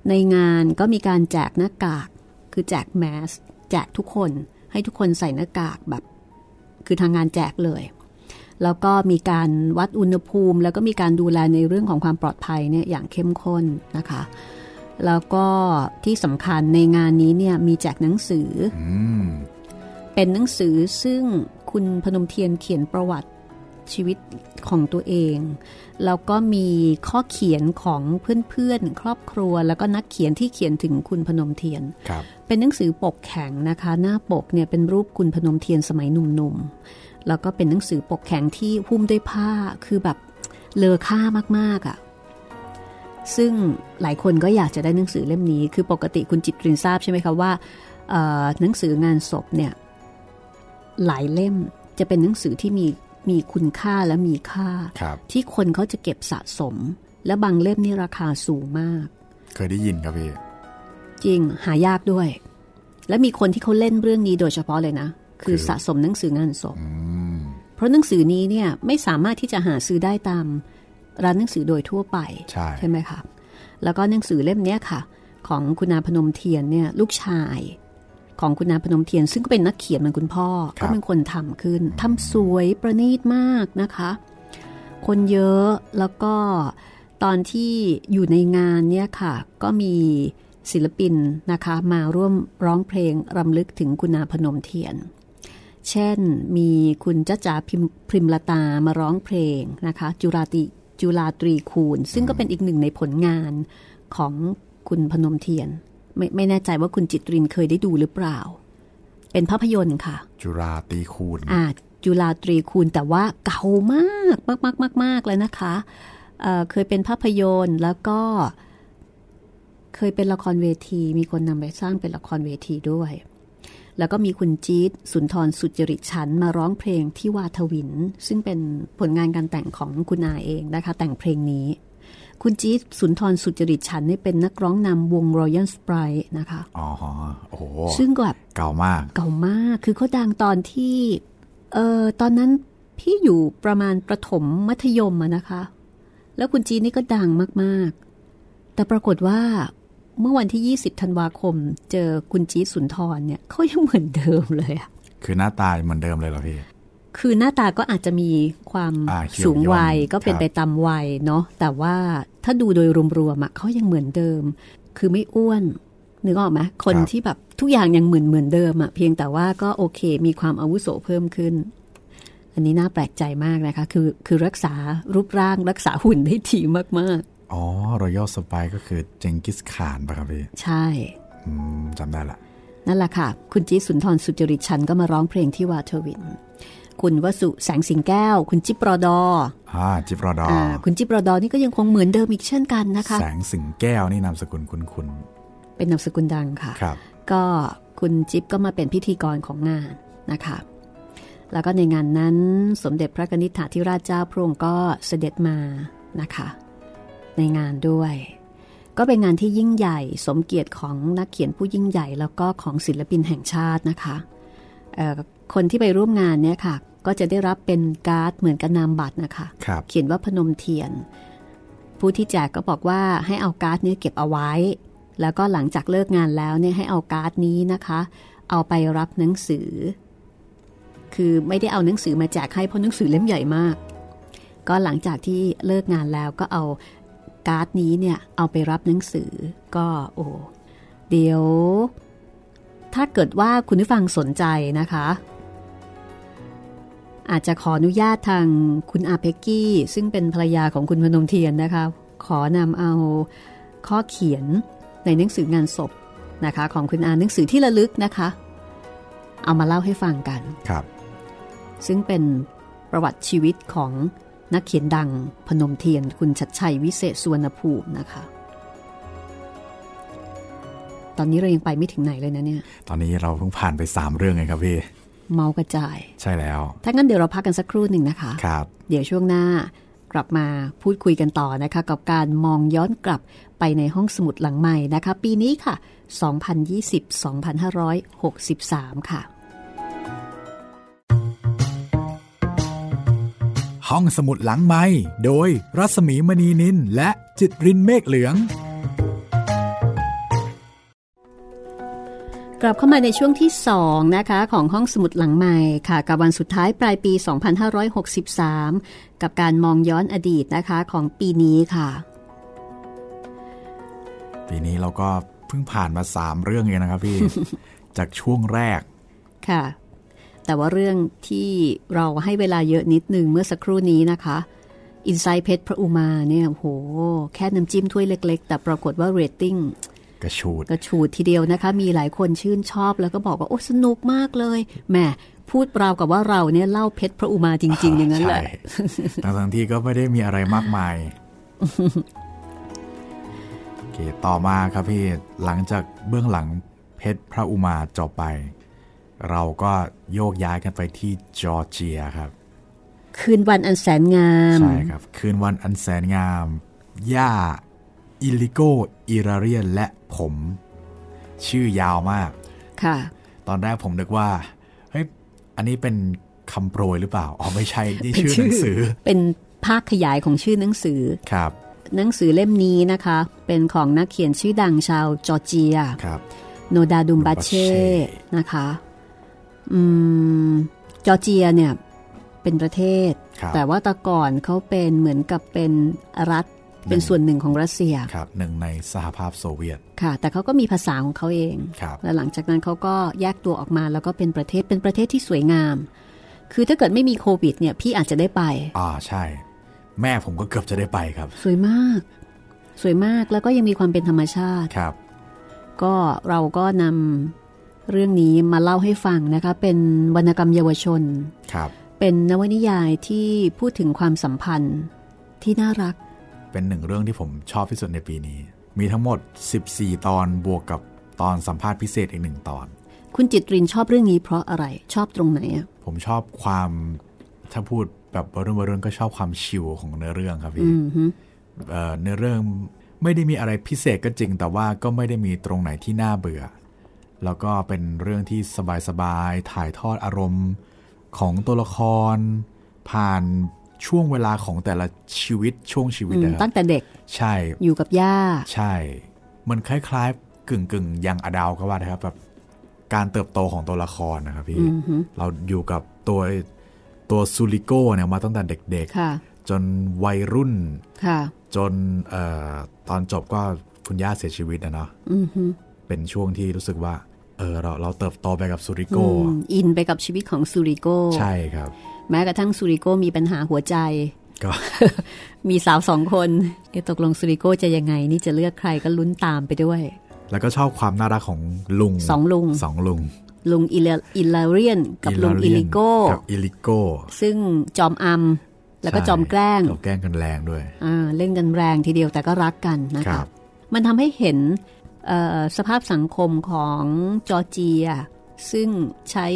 B: ในงานก็มีการแจกหน้ากาก คือแจกแมสแจกทุกคน ให้ทุกคนใส่หน้ากากแบบ คือทางงานแจกเลย แล้วก็มีการวัดอุณหภูมิ แล้วก็มีการดูแลในเรื่องของความปลอดภัยเนี่ยอย่างเข้มข้นนะคะ แล้วก็ที่สำคัญในงานนี้เนี่ยมีแจกหนังสือ
C: อืม
B: เป็นหนังสือซึ่งคุณพนมเทียนเขียนประวัติชีวิตของตัวเอง แล้วก็มีข้อเขียนของเพื่อนๆ ครอบครัว แล้วก็นักเขียนที่เขียนถึงคุณพนมเทียน
C: ครับ
B: เป็นหนังสือปกแข็งนะคะ หน้าปกเนี่ยเป็นรูปคุณพนมเทียนสมัยหนุ่มๆ แล้วก็เป็นหนังสือปกแข็งที่หุ้มด้วยผ้าคือแบบเลอค่ามากๆอะ่ะซึ่งหลายคนก็อยากจะได้หนังสือเล่มนี้ คือปกติคุณจิตรินทราบใช่ไหมคะว่าเอ่อหนังสืองานศพเนี่ยหลายเล่มจะเป็นหนังสือที่มีมีคุณค่าและมีค่า
C: ครับ
B: ที่คนเขาจะเก็บสะสม และบางเล่มนี่ราคาสูงมาก
C: เคยได้ยินครับพี่
B: จริงหายากด้วย และมีคนที่เขาเล่นเรื่องนี้โดยเฉพาะเลยนะ คือ
C: คือ
B: สะสมหนังสืองานศพ
C: อืม
B: เพราะหนังสือนี้เนี่ยไม่สามารถที่จะหาซื้อได้ตามร้านหนังสือโดยทั่วไป
C: ใช่
B: ไหมคะแล้วก็หนังสือเล่มเนี้ยค่ะ ของคุณอาพนมเทียนเนี่ยลูกชาย ของคุณอาพนมเทียน ซึ่งก็เป็นนักเขียนเหมือนคุณพ่อ
C: ครับ
B: ก็เป็นคนทำขึ้นทำสวยประณีตมากนะคะ คนเยอะแล้วก็ตอนที่อยู่ในงานเนี่ยค่ะ ก็มีศิลปินนะคะ มาร่วมร้องเพลงรำลึกถึงคุณาพนมเทียน เช่นมีคุณจ้าจ๋าพิมพริมละตามาร้องเพลงนะคะ จุราติจุลาตรีคูณ ซึ่งก็เป็นอีกหนึ่งในผลงานของคุณพนมเทียน ไม่ไม่แน่ใจว่าคุณจิตรินเคยได้ดูหรือเปล่า เป็นภาพยนตร์ค่ะ
C: จุราตีคูณ
B: อ่าจุฬาตรีคูณแต่ว่าเก่ามากมากมากมากมากเลยนะคะเอ่อเคยเป็นภาพยนตร์แล้วก็ เคยเป็นละครเวที มีคนนำไปสร้างเป็นละครเวทีด้วย แล้วก็มีคุณจี๊ดสุนทรสุจริตฉันท์มาร้องเพลงที่วาทวิน ซึ่งเป็นผลงานการแต่งของคุณอาเองนะคะ แต่งเพลงนี้ คุณจี๊ดสุนทรสุจริตฉันท์เนี่ยเป็นนักร้องนำวง Royal Sprite นะคะ
C: อ๋อ โอ้โห
B: ซึ่งแบบ
C: เก่ามาก
B: เก่ามาก คือเขาดังตอนที่ เออตอนนั้นพี่อยู่ประมาณประถมมัธยมอะนะคะ แล้วคุณจีนนี่ก็ดังมากๆ แต่ปรากฏว่าเมื่อวันที่ 20 ธันวาคม เจอคุณจีดสุนทรเนี่ยเขายังเหมือนเดิมเลยอะ
C: คือหน้าตาเหมือนเดิมเลยเหรอพี่
B: คือหน้าตาก็อาจจะมีความ
C: อ่าเหี่ยว
B: สูงวัย
C: ย่น
B: ก็เป็น
C: ครับ
B: ไปตามวัยเนาะ แต่ว่าถ้าดูโดยรวมๆอะเขายังเหมือนเดิม คือไม่อ้วน นึกออกไหมคนที่แบบทุกอย่างยังเหมือนเหมือนเดิมอะเพียงแต่ว่าก็โอเค มีความอาวุโสเพิ่มขึ้น อันนี้น่าแปลกใจมากนะคะ คือคือรักษารูปร่างรักษาหุ่นได้ดีมาก
C: อ๋อรอยัลสปายก็คือเจงกิสขานป่ะครับพี่
B: ๆ ใช่
C: อืมจำได้ละ
B: นั่นแหละค่ะ คุณจีดสุนทรสุจริตชันก็มาร้องเพลงที่วาทวิน คุณวสุแสงสิงแก้ว คุณจิปรอดอ
C: อ่า จิบรอดอ
B: อ่าคุณจิปรอดอนี่ก็ยังคงเหมือนเดิมอีกเช่นกันนะคะ
C: แสงสิงแก้วนี่นามสกุลคุณคุณ
B: เป็นนามสกุลดังค่ะ
C: ครับ
B: ก็คุณจิ๊บก็มาเป็นพิธีกรของงานนะคะ แล้วก็ในงานนั้นสมเด็จพระกนิษฐาธิราชเจ้าพระองค์ก็เสด็จมานะคะ ในงานด้วย ก็เป็นงานที่ยิ่งใหญ่สมเกียรติของนักเขียนผู้ยิ่งใหญ่แล้วก็ของศิลปินแห่งชาตินะคะเอ่อคนที่ไปร่วมงานเนี่ยค่ะ ก็จะได้รับเป็นการ์ดเหมือนกับนามบัตรนะคะ
C: ครับ
B: เขียนว่าพนมเทียน ผู้ที่แจกก็บอกว่าให้เอาการ์ดเนี้เก็บเอาไว้ แล้วก็หลังจากเลิกงานแล้วเนี่ยให้เอาการ์ดนี้นะคะ เอาไปรับหนังสือ คือไม่ได้เอาหนังสือมาแจกให้เพราะหนังสือเล่มใหญ่มาก ก็หลังจากที่เลิกงานแล้วก็เอาการ์ดนี้เนี่ยเอาไปรับหนังสือก็โอ้เดี๋ยว ถ้าเกิดว่าคุณผู้ฟังสนใจนะคะ อาจจะขออนุญาตทางคุณอาเปกกี้ ซึ่งเป็นภรรยาของคุณพนมเทียนนะคะ ขอนำเอาข้อเขียนในหนังสืองานศพนะคะ ของคุณอาหนังสือที่ระลึกนะคะ เอามาเล่าให้ฟังกัน
C: ครับ
B: ซึ่งเป็นประวัติชีวิตของนักเขียนดังพนมเทียน คุณชัดชัยวิเศษสุวรรณภูมินะคะ ตอนนี้เรายังไปไม่ถึงไหนเลยนะเนี่ย
C: ตอนนี้เราเพิ่งผ่านไป 3 เรื่องเองครับพี่
B: เมากระจาย
C: ใช่แล้ว
B: ถ้างั้นเดี๋ยวเราพักกันสักครู่หนึ่งนะคะ
C: ครับ
B: เดี๋ยวช่วงหน้ากลับมาพูดคุยกันต่อนะคะ กับการมองย้อนกลับไปในห้องสมุดหลังใหม่นะคะ ปีนี้ค่ะ 2020-2563 ค่ะ
A: ห้องสมุดหลังไม้โดยรัสมีมณีนินและจิตรินเมฆเหลือง
B: กลับเข้ามาในช่วงที่ 2 นะคะ ของห้องสมุดหลังใหม่ค่ะกับวันสุดท้ายปลายปี 2563 กับการมองย้อนอดีตนะคะของปีนี้ค่ะ
C: ปีนี้เราก็เพิ่งผ่านมา 3 เรื่องเองนะครับพี่ จากช่วงแรก
B: ค่ะ แต่ว่าเรื่องที่เราให้เวลาเยอะนิดนึงเมื่อสักครู่นี้นะคะอินไซ e ์เพชรพระอุมาเนี่ยโห แค่น้ำจิ้มถ้วยเล็กๆ แต่ปรากฏว่าเรตติ้ง
C: กระชูด
B: กระฉูดทีเดียวนะคะ มีหลายคนชื่นชอบแล้วก็บอกว่า โอ้สนุกมากเลยแหมพูดราวกับว่าเราเนี่ยเล่าเพชรพระอุมาจริง ๆ อย่างนั้นแหละ
C: ใช่ทั้งๆที่ก็ไม่ได้มีอะไรมากม าย โอเค ต่อมาครับพี่ หลังจากเบื้องหลังเพชรพระอุมาจบไป เราก็โยกย้ายกันไปที่จอร์เจียครับ
B: คืนวันอันแสนงาม
C: ใช่ครับ คืนวันอันแสนงาม ย่า อิลิโกอิราเรียน และผม ชื่อยาวมาก
B: ค่ะ
C: ตอนแรกผมนึกว่า เฮ้ย อันนี้เป็นคำโปรยหรือเปล่า อ๋อ ไม่ใช่ นี่
B: เป็น
C: ชื่อหนั
B: ชื่อ
C: งสือ
B: เป็นภาคขยายของชื่อหนังสือ
C: ครับ
B: หนังสือเล่มนี้นะคะ เป็นของนักเขียนชื่อดังชาวจอร์เจีย
C: ครับ
B: โนดาดุมบาเช่
C: Dumbache
B: นะคะ อืม จอร์เจียเนี่ย เป็นประเทศ
C: ครับ
B: แต่ว่าแต่ก่อนเขาเป็นเหมือนกับเป็นรัฐเป็นส่วนหนึ่งของรัสเซีย
C: ครับหนึ่งในสหภาพโซเวียต
B: ค่ะ แต่เขาก็มีภาษาของเขาเอง
C: ครับ
B: และหลังจากนั้นเขาก็แยกตัวออกมาแล้วก็เป็นประเทศเป็นประเทศที่สวยงาม คือถ้าเกิดไม่มีโควิดเนี่ยพี่อาจจะได้ไป
C: อ่าใช่ แม่ผมก็เกือบจะได้ไปครับ
B: สวยมาก สวยมากแล้วก็ยังมีความเป็นธรรมชาติ
C: ครับ
B: ก็เราก็นำเรื่องนี้มาเล่าให้ฟังนะคะ เป็นวรรณกรรมเยาวชน
C: ครับ
B: เป็นนวนิยายที่พูดถึงความสัมพันธ์ที่น่ารัก
C: เป็นหนึ่งเรื่องที่ผมชอบที่สุดในปีนี้ มีทั้งหมด 14 ตอนบวกกับตอนสัมภาษณ์พิเศษอีกหนึ่งตอน
B: คุณจิตรินชอบเรื่องนี้เพราะอะไรชอบตรงไหนอะ
C: ผมชอบความถ้าพูดแบบวัยรุ่นวัยรุ่นก็ชอบความชิวของเนื้อเรื่องครับพี่
B: อืมฮึ
C: เอ่อเนื้อเรื่องไม่ได้มีอะไรพิเศษก็จริง แต่ว่าก็ไม่ได้มีตรงไหนที่น่าเบื่อ แล้วก็เป็นเรื่องที่สบายๆถ่ายทอดอารมณ์ของตัวละคร ผ่านช่วงเวลาของแต่ละชีวิตช่วงชีวิต
B: อืม
C: นะครั
B: ตั้
C: บ
B: งแต่เด็ก
C: ใช่
B: อยู่กับย่า
C: ใช่ มันคล้ายๆ กึ่งกึ่งๆยังอดาวก็ว่าได้ครับแบบการเติบโตของตัวละครนะครับพี่
B: อือฮึ
C: เราอยู่กับตัวตัวซูริโก้เนี่ยมาตั้งแต่เด็ก
B: ค่ะ
C: ๆ จนวัยรุ่น
B: ค่ะ
C: จนเอ่อตอนจบก็คุณย่าเสียชีวิตนะเนาะ
B: อือฮึ
C: เป็นช่วงที่รู้สึกว่า เออเราเราเติบโตไปกับซูริ
B: อื
C: โก้
B: มอินไปกับชีวิตของซูริโก้
C: ใช่ครับ
B: แม้กระทั่งซูริโก้มีปัญหาหัวใจ
C: ก็
B: มีสาวสองคนเอ๊ะตกลงซูริโก้จะยังไง นี่จะเลือกใครก็ลุ้นตามไปด้วย
C: แล้วก็ชอบความน่ารักของลุง
B: สองลุง
C: สองลุง
B: ลุงอิเลอิลาเรียน กับลุงอิลิโก้
C: กับอิลิโก้
B: ซึ่งจอมอัมแล้วก็จอมแกล้ง
C: จอมแกล้งกันแรงด้วย
B: อ่าเล่นกันแรงทีเดียวแต่ก็รักกันนะ
C: ครั
B: คะ
C: บ
B: มันทำให้เห็นเอ่อสภาพสังคมของจอร์เจีย ซึ่งใช้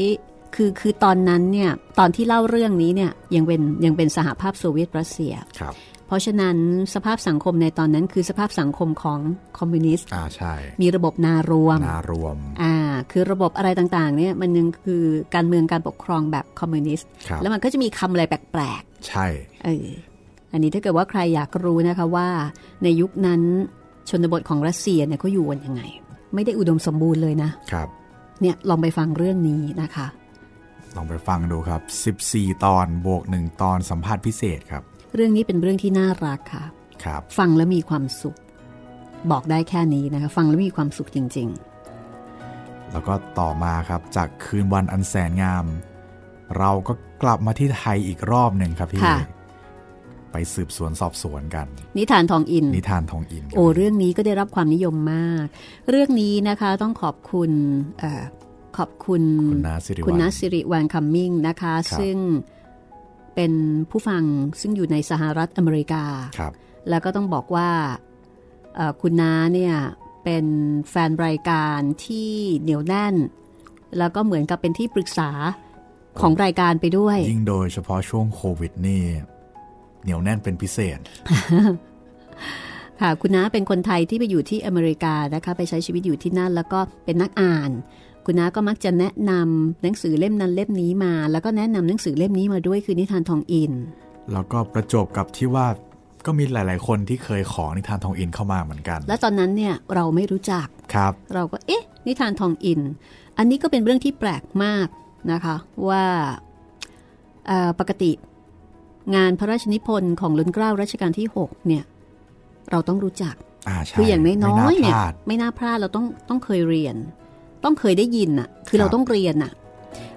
B: คือคือตอนนั้นเนี่ยตอนที่เล่าเรื่องนี้เนี่ยยังเป็นยังเป็นสหภาพโซเวียตรัสเซีย
C: ครับ
B: เพราะฉะนั้นสภาพสังคมในตอนนั้นคือสภาพสังคมของคอมมิวนิสต์
C: อ่าใช่
B: มีระบบนารวม
C: นารวม
B: อ่า คือระบบอะไรต่างๆ เนี่ยมันยังคือการเมืองการปกครองแบบคอมมิวนิสต์
C: ครับ
B: แล้วมันก็จะมีคำอะไรแปลก
C: ใช่
B: ๆ เออ อันนี้ถ้าเกิดว่าใครอยากรู้นะคะว่า ในยุคนั้นชนบทของรัสเซียเนี่ยเขาอยู่กันยังไง ไม่ได้อุดมสมบูรณ์เลยนะ
C: ครับ
B: เนี่ยลองไปฟังเรื่องนี้นะคะ
C: ลองไปฟังดูครับ 14 ตอนบวก 1 ตอนสัมภาษณ์พิเศษครับ
B: เรื่องนี้เป็นเรื่องที่น่ารักค่ะ
C: ครับ
B: ฟังแล้วมีความสุข บอกได้แค่นี้นะคะ ฟังแล้วมีความสุขจริง
C: แล้วก็ต่อมาครับ จากคืนวันอันแสนงาม เราก็กลับมาที่ไทยอีกรอบหนึ่งครับพี่
B: ค่ะ
C: ไปสืบสวนสอบสวนกัน
B: ๆ นิทานทองอิน
C: นิทานทองอินคบ
B: โอ้เรื่องนี้ก็ได้รับความนิยมมาก เรื่องนี้นะคะต้องขอบคุณเออขอบคุณ
C: คุณนาสิริวั
B: คุณ
C: ล
B: นัสสิริวันคัมมิงนะคะ
C: ครับ
B: ซึ่งเป็นผู้ฟังซึ่งอยู่ในสหรัฐอเมริกา
C: ครับ
B: แล้วก็ต้องบอกว่าเอ่อคุณน้าเนี่ยเป็นแฟนรายการที่เหนียวแน่น แล้วก็เหมือนกับเป็นที่ปรึกษาของรายการไปด้วย
C: ยิ่งโดยเฉพาะช่วงโควิดนี่ เหนียวแน่นเป็นพิเศษ
B: ค่ะคุณน้าเป็นคนไทยที่ไปอยู่ที่อเมริกานะคะไปใช้ชีวิตอยู่ที่นั่น แล้วก็เป็นนักอ่าน คุณน้าก็มักจะแนะนำหนังสือเล่มนั้นเล่มนี้มา แล้วก็แนะนำหนังสือเล่มนี้มาด้วยคือนิทานทองอิน
C: แล้วก็ประจวบกับที่ว่าก็มีหลาย ๆ คนที่เคยขอนิทานทองอินเข้ามาเหมือนกัน
B: และตอนนั้นเนี่ยเราไม่รู้จัก
C: ครับ
B: เราก็เอ๊ะ นิทานทองอิน อันนี้ก็เป็นเรื่องที่แปลกมากนะคะว่าเอ่อปกติ งานพระราชนิพนธ์ของล้นเกล้ารัชกาลที่หกเนี่ยเราต้องรู้จัก
C: อ่าใช่
B: คืออย่างน้อ
C: ไม่
B: ยๆเนี่ย
C: พลาด
B: ไม่น่าพลาดเราต้องต้องเคยเรียน ต้องเคยได้ยินอ่ะ คื
C: ครับ
B: อเราต้องเรียนอ่ะ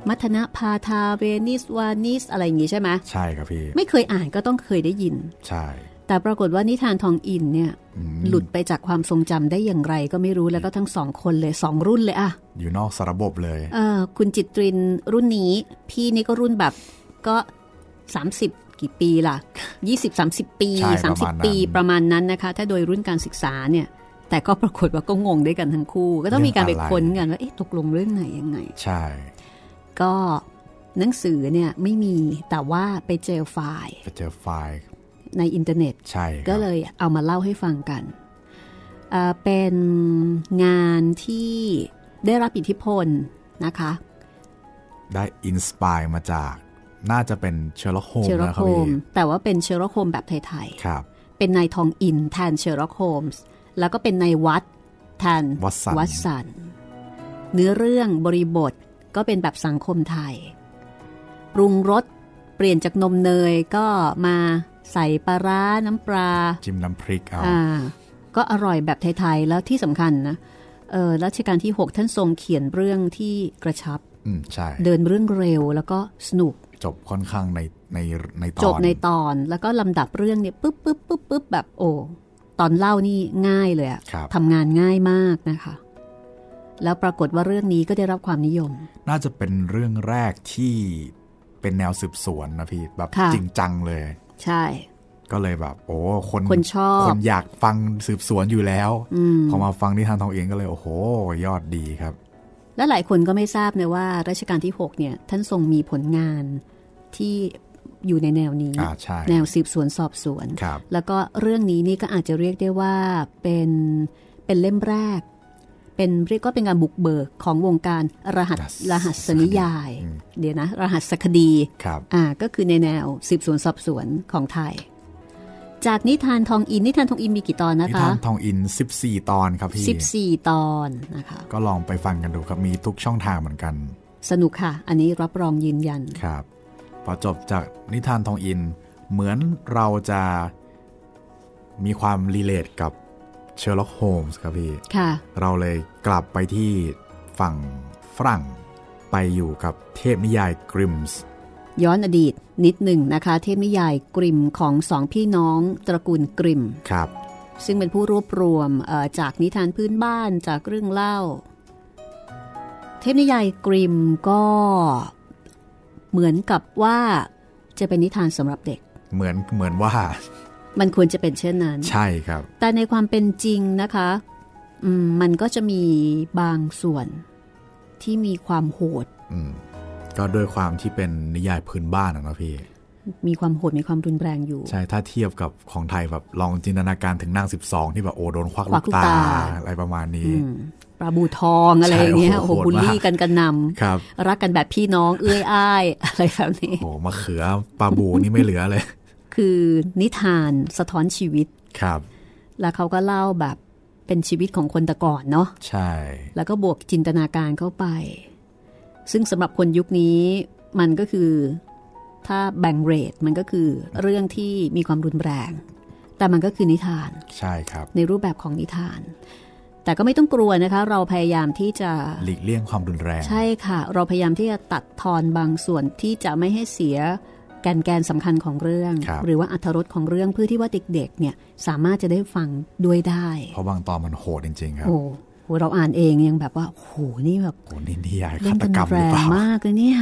B: มัทนะพาทาเวนิสวานิสอะไรอย่างงี้ใช่ไหม
C: ใช่ครับพี่
B: ไม่เคยอ่านก็ต้องเคยได้ยิน
C: ใช่
B: แต่ปรากฏว่านิทานทองอินเนี่ย
C: อืม
B: หลุดไปจากความทรงจำได้อย่างไรก็ไม่รู้แล้วก็ทั้งสองคนเลยสองรุ่นเลยอะ
C: อยู่นอกสระบบเลย
B: เออคุณจิตรินรุ่นนี้ พี่นี่ก็รุ่นแบบก็ 30 กี่ปีล่ะ 20-30 ปี
C: ใช่ประมาณนั้น
B: 30 ปีประมาณนั้นนะคะ ถ้าโดยรุ่นการศึกษาเนี่ย แต่ก็ปรากฏว่าก็งงด้วยกันทั้งคู่ ก็ต้องมีการไปค้นกันว่าเอ๊ะตกลงเรื่องไหนยังไง
C: ใช่
B: ก็หนังสือเนี่ยไม่มีแต่ว่าไปเจอไฟล์
C: ไปเจอไฟล์
B: ในอินเทอร์เน็ต
C: ใช่ครับ
B: ก็เลยเอามาเล่าให้ฟังกันเอ่อเป็นงานที่ได้รับอิทธิพลนะคะ
C: ได้อินสปายมาจาก น่าจะเป็นเชอร์ล็อกโฮม
B: เชอร์ล็อก
C: นะค
B: โฮ
C: รับพี่
B: มส์แต่ว่าเป็นเชอร์ล็อกโฮมส์แบบไทย
C: ครับ
B: ๆ เป็นนายทองอินแทนเชอร์ล็อกโฮมส์แล้วก็เป็นนายวัดแทน
C: วัดสัน
B: ดสัน เนื้อเรื่องบริบทก็เป็นแบบสังคมไทย ปรุงรส เปลี่ยนจากนมเนยก็มาใส่ปลาร้าน้ำปลา
C: จิ้มน้ำพริกเอา
B: อ่าก็อร่อยแบบไทย ๆ แล้วที่สำคัญนะเออรัชกาลที่ 6 ท่านทรงเขียนเรื่องที่กระชับ
C: อืมใช่
B: เดินเรื่องเร็วแล้วก็สนุก
C: จบค่อนข้างในในในตอน
B: จบในตอนแล้วก็ลำดับเรื่องเนี่ยปุ๊บปุ๊บปุ๊บปุ๊บแบบโอ้ตอนเล่านี่ง่ายเลยอะ
C: ครับ
B: ทำงานง่ายมากนะคะ แล้วปรากฏว่าเรื่องนี้ก็ได้รับความนิยม
C: น่าจะเป็นเรื่องแรกที่เป็นแนวสืบสวนนะพี่ แบบ
B: ค่ะ
C: จริงจังเลย
B: ใช่
C: ก็เลยแบบ โอ้คน
B: คนชอบ
C: คนอยากฟังสืบสวนอยู่แล้ว
B: อืม
C: พอมาฟังนิทานทองเองก็เลย โอ้โห ยอดดีครับ
B: และหลายคนก็ไม่ทราบนะว่ารัชกาลที่ 6 เนี่ย ท่านทรงมีผลงานที่อยู่ในแนวนี้
C: อ่าใช่
B: แนวสืบสวนสอบสวน
C: ครับ
B: แล้วก็เรื่องนี้นี่ก็อาจจะเรียกได้ว่าเป็นเป็นเล่มแรก เป็นเรียกก็เป็นการบุกเบิกของวงการรหั
C: ร
B: ส
C: หัส
B: รหัสนิยาย
C: อืม
B: เดี๋ยวนะ รหัสคดี
C: ครับ
B: อ่าก็คือในแนวสืบสวนสอบสวนของไทย จากนิทานทองอินนิทานทองอินมีกี่ตอนนะ
C: นิ
B: คะ
C: ทานทองอิน 14 ตอนครับพี่
B: 14 ตอนนะคะ
C: ก็ลองไปฟังกันดูครับ มีทุกช่องทางเหมือนกัน
B: สนุกค่ะ อันนี้รับรองยืนยัน
C: ครับ พอจบจากนิทานทองอิน เหมือนเราจะมีความรีเลทกับเชอร์ล็อกโฮมส์ครับพี่
B: ค่ะ
C: เราเลยกลับไปที่ฝั่งฝรั่ง ไปอยู่กับเทพนิยายกริมส์
B: ย้อนอดีตนิดหนึ่งนะคะ เทพนิยายกริมของสองพี่น้องตระกูลกริม
C: ครับ
B: ซึ่งเป็นผู้รวบรวมเอ่อจากนิทานพื้นบ้านจากเรื่องเล่า เทพนิยายกริมก็เหมือนกับว่าจะเป็นนิทานสำหรับเด็ก
C: เหมือนเหมือนว่า
B: มันควรจะเป็นเช่นนั้น
C: ใช่ครับ
B: แต่ในความเป็นจริงนะคะอืมมันก็จะมีบางส่วนที่มีความโหด
C: อืม ก็ด้วยความที่เป็นนิยายพื้นบ้านอะเนาะพี่
B: มีความโหดมีความรุนแรงอยู่
C: ใช่ ถ้าเทียบกับของไทยแบบลองจินตนาการถึงนาง 12 ที่แบบโอโดนควัก
B: ควั
C: ลู
B: ก
C: ก
B: ลูก
C: ตา
B: ตา
C: อะไรประมาณนี้
B: อืมปลาบูทองอะไรอย่างเงี้ย
C: ใช่
B: โอ้
C: โอ้
B: โห
C: โห
B: บูลลี่
C: โหดมาก
B: กันกันน
C: ครับ
B: ำรักกันแบบพี่น้องเอื้อยอ้าย อะไรแบบนี้
C: โอ้มะเขือปลาบูนี่ไม่เหลือเลย
B: คือนิทานสะท้อนชีวิต
C: ครับ
B: แล้วเขาก็เล่าแบบเป็นชีวิตของคนแต่ก่อนเนาะ
C: ใช่
B: แล้วก็บวกจินตนาการเข้าไป ซึ่งสำหรับคนยุคนี้มันก็คือถ้าแบ่งเรทมันก็คือเรื่องที่มีความรุนแรง แต่มันก็คือนิทาน
C: ใช่ครับ
B: ในรูปแบบของนิทาน แต่ก็ไม่ต้องกลัวนะคะ เราพยายามที่จะ
C: หลีกเลี่ยงความรุนแรง
B: ใช่ค่ะ เราพยายามที่จะตัดทอนบางส่วนที่จะไม่ให้เสียแกนแกนสำคัญของเรื่อง
C: ครับ
B: หรือว่าอรรถรสของเรื่องเพื่อที่ว่าเด็กๆเนี่ยสามารถจะได้ฟังด้วยได้
C: เพราะบางตอนมันโหดจริง ๆ ครับ
B: โอ้โหเราอ่านเองยังแบบว่าโหนี่แบบ
C: โหนี่นิยาย
B: เล่
C: ฆานต
B: กัน
C: กรรมห
B: แร
C: รืองเปล่า
B: มากเลยเนี่ย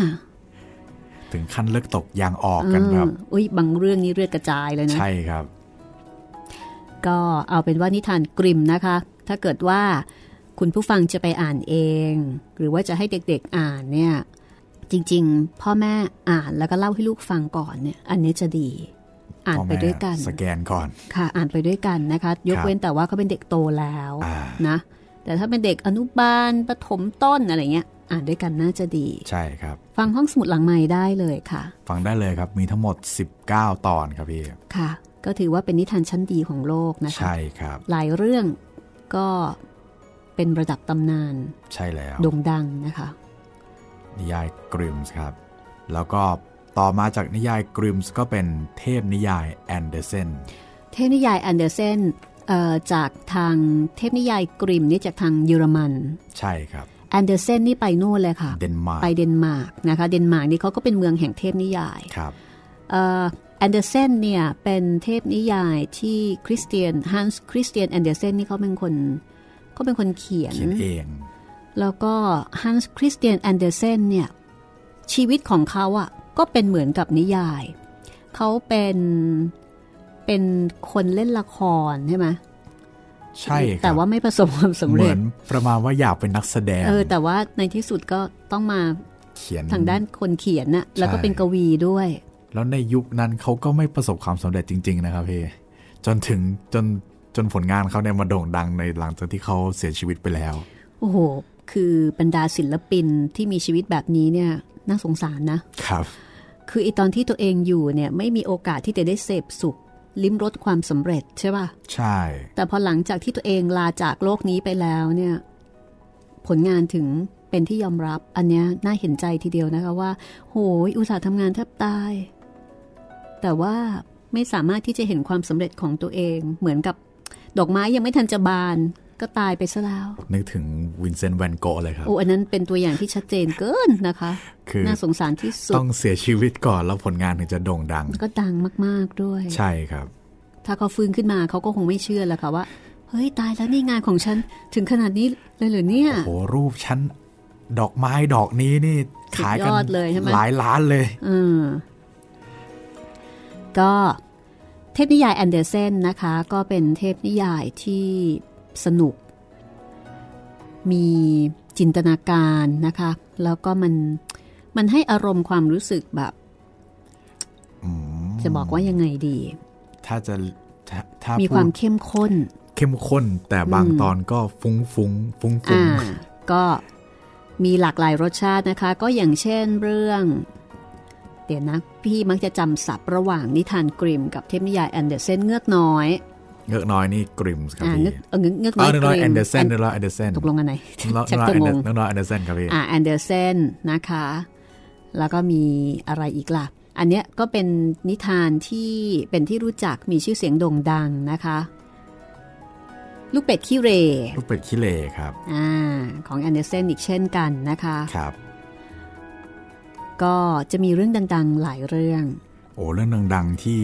C: ถึงขั้นเลือกตกยางออกกันแบบ
B: เอออุ้ยบางเรื่องนี้เลือดกระจายเลยนะ
C: ใช่ครับ
B: ก็เอาเป็นว่านิทานกริมนะคะ ถ้าเกิดว่าคุณผู้ฟังจะไปอ่านเอง หรือว่าจะให้เด็กๆอ่านเนี่ย จริงๆ พ่อแม่อ่านแล้วก็เล่าให้ลูกฟังก่อนเนี่ย อันนี้จะดี อ่าน
C: พ่อ
B: ไป
C: แม่
B: ด้วยกัน
C: สแกนก่อน
B: ค่ะ อ่านไปด้วยกันนะคะ ยกเว้นแต่ว่าเขาเป็นเด็กโตแล้ว
C: อ่า
B: นะ แต่ถ้าเป็นเด็กอนุบาลประถมต้นอะไรเงี้ย อ่านด้วยกันน่าจะดี
C: ใช่ครับ
B: ฟังห้องสมุดหลังใหม่ได้เลยค่ะ
C: ฟังได้เลยครับ มีทั้งหมด 19 ตอนครับพี่
B: ค่ะ ก็ถือว่าเป็นนิทานชั้นดีของโลกนะคะ
C: ใช่ครับ
B: หลายเรื่องก็เป็นระดับตำนาน
C: ใช่แล้ว
B: โด่งดังนะคะ
C: นิยายกริมส์ครับ แล้วก็ต่อมาจากนิยายกริมส์ก็เป็นเทพนิยายแอนเดอร์เซน
B: เทพนิยายแอนเดอร์เซนเอ่อจากทางเทพนิยายกริมนี่จากทางเยอรมัน
C: ใช่ครับ
B: แอนเดอร์เซนนี่ไปโน่นเลยค่ะ
C: เดนมาร์ก
B: ไปเดนมาร์กนะคะเดนมาร์กนี่เขาก็เป็นเมืองแห่งเทพนิยาย
C: ครับ
B: เอ่อแอนเดอร์เซนเนี่ยเป็นเทพนิยายที่คริสเตียนฮันส์คริสเตียนแอนเดอร์เซนนี่เขาเป็นคนเขาเป็นคนเขียน
C: เขียนเอง
B: แล้วก็ฮันส์คริสเตียนแอนเดอร์เซนเนี่ย ชีวิตของเขาอะ่ะก็เป็นเหมือนกับนิยาย เขาเป็นเป็นคนเล่นละครใช่ไหม
C: ใช่ครับ
B: แต่ว่าไม่ประสบความสำ
C: เหมื
B: เร็
C: อ
B: จ
C: นประมาณว่าอยากเป็นนักแสดง
B: เออแต่ว่าในที่สุดก็ต้องมา
C: เขียน
B: ทางด้านคนเขียนน่ะแล้วก็
C: ใช่
B: เป็นกวีด้วย
C: แล้วในยุคนั้นเขาก็ไม่ประสบความสำเร็จจริง ๆ นะครับพี่จนถึงจนจนผลงานเขาเนี่ยมาโด่งดังในหลังจากที่เขาเสียชีวิตไปแล้ว
B: โอ้โห คือบรรดาศิลปินที่มีชีวิตแบบนี้เนี่ยน่าสงสารนะ
C: ครับ
B: คือไอตอนที่ตัวเองอยู่เนี่ยไม่มีโอกาสที่จะได้เสพสุข ลิ้มรสความสำเร็จใช่ป่ะ
C: ใช่
B: แต่พอหลังจากที่ตัวเองลาจากโลกนี้ไปแล้วเนี่ยผลงานถึงเป็นที่ยอมรับ อันเนี้ยน่าเห็นใจทีเดียวนะคะว่า โหยอุตส่าห์ทำงานแทบตาย แต่ว่าไม่สามารถที่จะเห็นความสำเร็จของตัวเอง เหมือนกับดอกไม้ยังไม่ทันจะบานก็ตายไปซะแล้ว
C: นึกถึงวินเซนต์แวนโกะเลยครับ
B: โอ้อันนั้นเป็นตัวอย่างที่ชัดเจนเกินนะคะ
C: คือ
B: น่าสงสารที่สุด
C: ต้องเสียชีวิตก่อนแล้วผลงานถึงจะโด่งดัง
B: ก็ดังมาก ๆ ด้วย
C: ใช่ครับ
B: ถ้าเขาฟื้นขึ้นมาเขาก็คงไม่เชื่อแล้วค่ะว่า เฮ้ย ตายแล้วนี่งานของฉัน ถึงขนาดนี้เลยเหรือเนี่ย
C: โหรูปชั้นดอกไม้ดอกนี้นี่
B: สุด
C: ขายกั
B: ยอดเลยใช่ไหม
C: หลายล้านเลย
B: เออก็เทพนิยายแอนเดอร์เซนนะคะ ก็เป็นเทพนิยายที่สนุก มีจินตนาการนะคะ แล้วก็มันมันให้อารมณ์ความรู้สึกแบบ
C: อืม
B: จะบอกว่ายังไงดี
C: ถ้าจะถ้าถ้า
B: มี
C: พู
B: ความ
C: ด
B: เข้มข้น
C: เข้มข้น แต่บางตอนก็ฟุ้งฟุ้งฟุ้งฟุ้ง
B: อ่าก็มีหลากหลายรสชาตินะคะ ก็อย่างเช่นเรื่อง เดี๋ยวนะ พี่มักจะจำสับระหว่างนิทานกริมกับเทพนิยายแอนเดอร์เซนเงือกน้อย
C: เงือกน้อยนี่กริมส์ครับ
B: อ่า
C: พี่
B: เงือกเออเงือกเงือกน้
C: อ๋อ
B: อ
C: ย เงือกน้อย
B: ก
C: แอ
B: ริม
C: นเดอร์เซนเงือกน้อยแอนเดอร์เซน
B: ตกลงอันไหน
C: เงือกน้อย
B: ชักจะ
C: แอน
B: ง
C: เดอร์
B: ง
C: เงือกน้อยแอนเดอร์เซนครับพี่
B: อ่าแอนเดอร์เซนนะคะ แล้วก็มีอะไรอีกล่ะ อันเนี้ยก็เป็นนิทานที่เป็นที่รู้จักมีชื่อเสียงโด่งดังนะคะ ลูกเป็ดขี้เหร
C: รูปเป็ดขี้เหร่ครับ
B: อ่าของแอนเดอร์เซนอีกเช่นกันนะคะ
C: ครับ
B: ก็จะมีเรื่องดังๆ หลายเรื่อง
C: โอ้เรื่องดังๆที่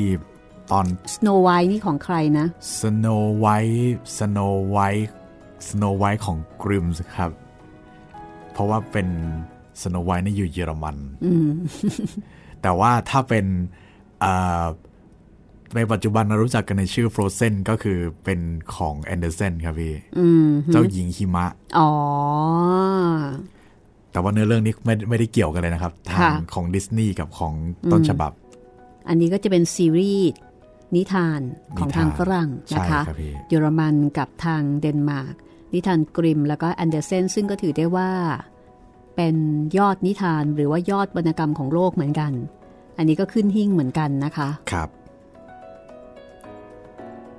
C: ตอน
B: Snow White นี่ของใครนะ
C: Snow White Snow White Snow White ของกริมส์ครับ เพราะว่าเป็น Snow White นี่อยู่เยอรมัน
B: อืม
C: แต่ว่าถ้าเป็นเอ่อในปัจจุบันเรารู้จักกันในชื่อ Frozen ก็คือเป็นของแอนเดอร์เซนครับพี่
B: อืม
C: เจ้าหญิงหิมะ
B: อ๋อ
C: แต่ว่าเนื้อเรื่องนี้ไม่ไม่ได้เกี่ยวกันเลยนะครับ ทางของดิสนีย์กับของต้นฉบับ
B: อันนี้ก็จะเป็นซีรีส์นิทานของ
C: นิ
B: ทา
C: ทาน
B: งฝรั่งนะ
C: ใช่
B: คะ
C: ครับพี่
B: เยอรมันกับทางเดนมาร์ก นิทานกริม แล้วก็แอนเดอร์เซนซึ่งก็ถือได้ว่าเป็นยอดนิทานหรือว่ายอดวรรณกรรมของโลกเหมือนกัน อันนี้ก็ขึ้นหิ่งเหมือนกันนะคะ
C: ครับ